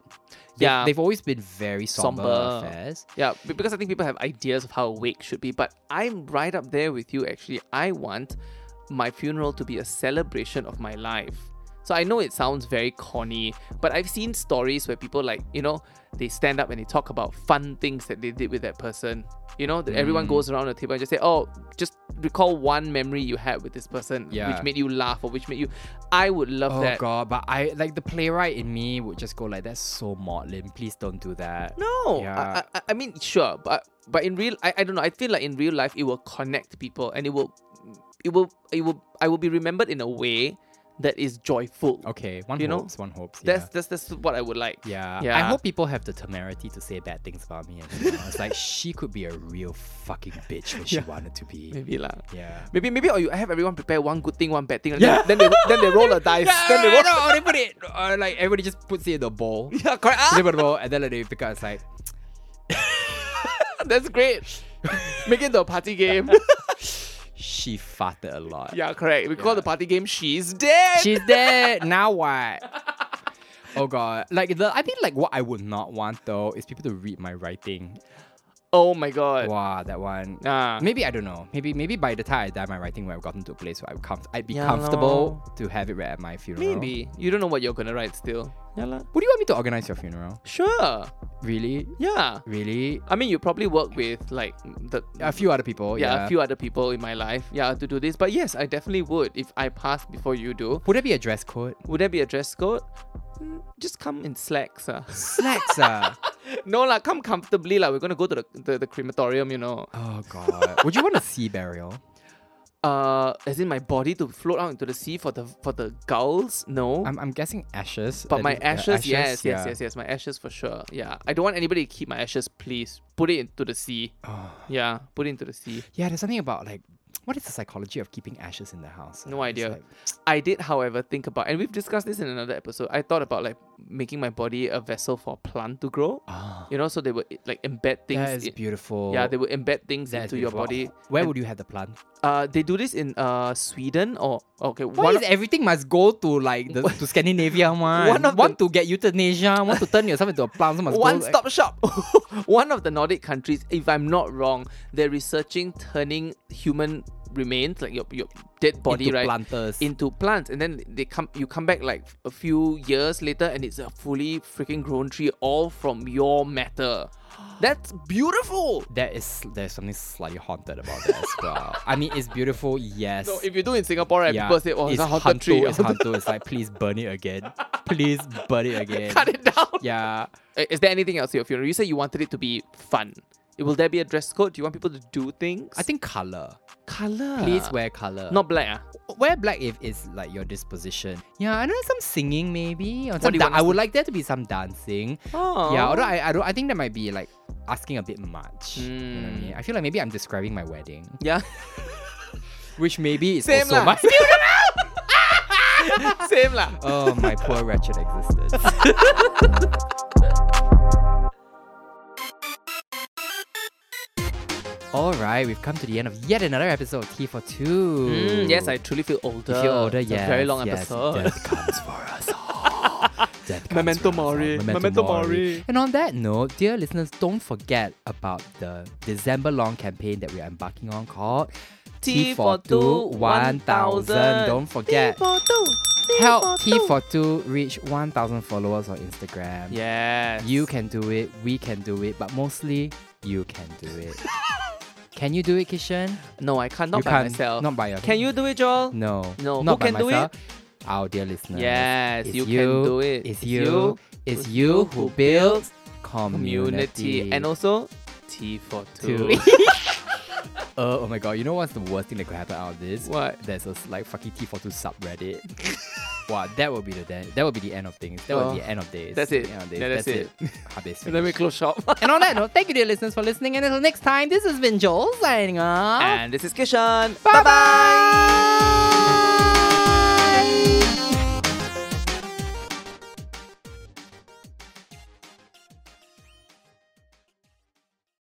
A: They've-
B: Yeah.
A: they've always been very somber,
B: Somber.
A: affairs.
B: Yeah, be- because I think people have ideas of how a wake should be, but I'm right up there with you actually. I want my funeral to be a celebration of my life. So I know it sounds very corny, but I've seen stories where people like, you know, they stand up and they talk about fun things that they did with that person. You know, that
A: Mm.
B: everyone goes around the table and just say, "Oh, just recall one memory you had with this person
A: Yeah.
B: which made you laugh or which made you I would love
A: Oh
B: that."
A: god, but I like the playwright in me would just go like, "That's so maudlin. Please don't do that."
B: No,
A: Yeah.
B: I, I, I mean, sure, but but in real, I, I don't know. I feel like in real life, it will connect people, and it will, it will, it will. I will be remembered in a way that is joyful.
A: Okay, one
B: You know,
A: hopes, one hopes.
B: That's,
A: yeah.
B: that's that's what I would like.
A: Yeah. I
B: Yeah.
A: hope people have the temerity to say bad things about me. And, you know, it's like she could be a real fucking bitch when she wanted to be.
B: Maybe lah.
A: Yeah.
B: Maybe maybe or you have everyone prepare one good thing, one bad thing. And
A: Yeah.
B: Then they then they roll a dice. then they roll.
A: no, or they put it or like everybody just puts it in the bowl.
B: Yeah, correct.
A: They
B: Ah,
A: put the bowl and then like, they pick up. It's like
B: that's great. Make it the party game.
A: she farted a lot.
B: yeah, correct. We call
A: Yeah.
B: the party game. She's dead.
A: She's dead. now what? Oh god. Like the I think like what I would not want though is people to read my writing.
B: oh my god. Ah.
A: Wow, that one.
B: Nah.
A: Maybe I don't know. Maybe maybe by the time I die, my writing will have gotten to a place where I'm comf- I'd be
B: Yeah
A: comfortable to have it read at my funeral.
B: Maybe you don't know what you're gonna write still. Yeah lah.
A: Would you want me to organize your funeral?
B: Sure.
A: Really?
B: Yeah.
A: Really?
B: I mean, you probably work with like the
A: A few other people.
B: yeah,
A: Yeah.
B: a few other people in my life yeah to do this. But yes, I definitely would if I pass before you do.
A: Would there be a dress code?
B: Would there be a dress code? Mm, Just come in slacks. ah.
A: Slacks. ah.
B: no lah, come comfortably lah. We're gonna go to the, the, the crematorium, you know.
A: Oh god. Would you want a sea burial?
B: Uh, as in my body to float out into the sea for the for the gulls. No.
A: I'm, I'm guessing ashes. I
B: but my
A: think- yeah,
B: ashes, yes, yes,
A: yeah.
B: yes, yes, my ashes for sure. Yeah, I don't want anybody to keep my ashes. Please put it into the sea.
A: Oh.
B: Yeah, put it into the sea.
A: Yeah, there's something about like what is the psychology of keeping ashes in the house?
B: No
A: It's
B: idea.
A: like-
B: I did, however, think about, and we've discussed this in another episode. I thought about like making my body a vessel for a plant to grow.
A: Ah,
B: You know, so they would like embed things.
A: that is
B: in-
A: beautiful.
B: yeah, they would embed things
A: That is
B: into your
A: beautiful.
B: body.
A: Where
B: And,
A: would you have the plant?
B: uh, they do this in uh Sweden or okay
A: Why
B: one
A: is
B: of-
A: everything must go to like the, to Scandinavia one?
B: One of
A: want to get euthanasia, want to turn yourself into a plant, so must
B: one
A: go, like-
B: stop shop. one of the Nordic countries, if I'm not wrong, they're researching turning human remains like your your dead body
A: into
B: right
A: planters.
B: into plants and then they come you come back like a few years later and it's a fully freaking grown tree all from your matter that's beautiful
A: that is there's something slightly haunted about that as well. I mean, it's beautiful, yes.
B: no if you do in singapore right people say oh it's, a haunted
A: hantu,
B: tree
A: It's hantu. It's like please burn it again. Please burn it again.
B: cut it down
A: Yeah.
B: I- is there anything else at your funeral you said you wanted it to be fun will there be a dress code do you want people to do things
A: I think color.
B: color
A: Please wear color.
B: not black ah.
A: wear black if it's like your disposition. Yeah, I know some singing maybe or
B: do
A: some.
B: you
A: da-
B: want
A: I
B: us
A: would like there to be some dancing.
B: oh
A: Yeah, although I, I don't I think that might be like asking a bit much. You know what I mean? I feel like maybe I'm describing my wedding,
B: yeah
A: which maybe is
B: Same
A: also
B: lah.
A: my.
B: same lah
A: oh my poor wretched existence. All right, we've come to the end of yet another episode of Tea for Two.
B: Mm, yes i truly feel older
A: If you're older,
B: It's a
A: yes.
B: very long
A: yes,
B: episode
A: Death comes for us all. Death comes
B: Memento
A: for us all.
B: mori, memento mori.
A: And on that note, dear listeners, don't forget about the December long campaign that we are embarking on called
B: T
A: T
B: for
A: for
B: two,
A: Two
B: 1000.
A: 1000. Don't forget,
B: T for two, T for
A: help T
B: two.
A: for Two reach 1000 followers on Instagram.
B: Yes.
A: You can do it, we can do it, but mostly you can do it. can you do it, Kishan?
B: No, I can't. Not
A: you
B: by
A: can't,
B: myself.
A: Not by yourself.
B: Can you do it, Joel?
A: No.
B: No.
A: Not
B: Who
A: by
B: can do it?
A: myself. Our dear listeners.
B: Yes,
A: It's
B: you, can do it.
A: It's you. It's you who builds community.
B: community, and also T for two.
A: Two. Uh, oh my god, you know what's the worst thing that could happen out of this?
B: What?
A: There's a like fucking T42 subreddit. wow, that would be the de- that would be the end of things. That would be
B: Oh,
A: the end of days.
B: that's it.
A: The end of days.
B: Yeah, that's
A: it. Habis
B: and then we
A: finish.
B: close shop.
A: and on that note, thank you dear listeners for listening and until next time, this is Vin Joel signing off.
B: and this is Kishan.
A: bye bye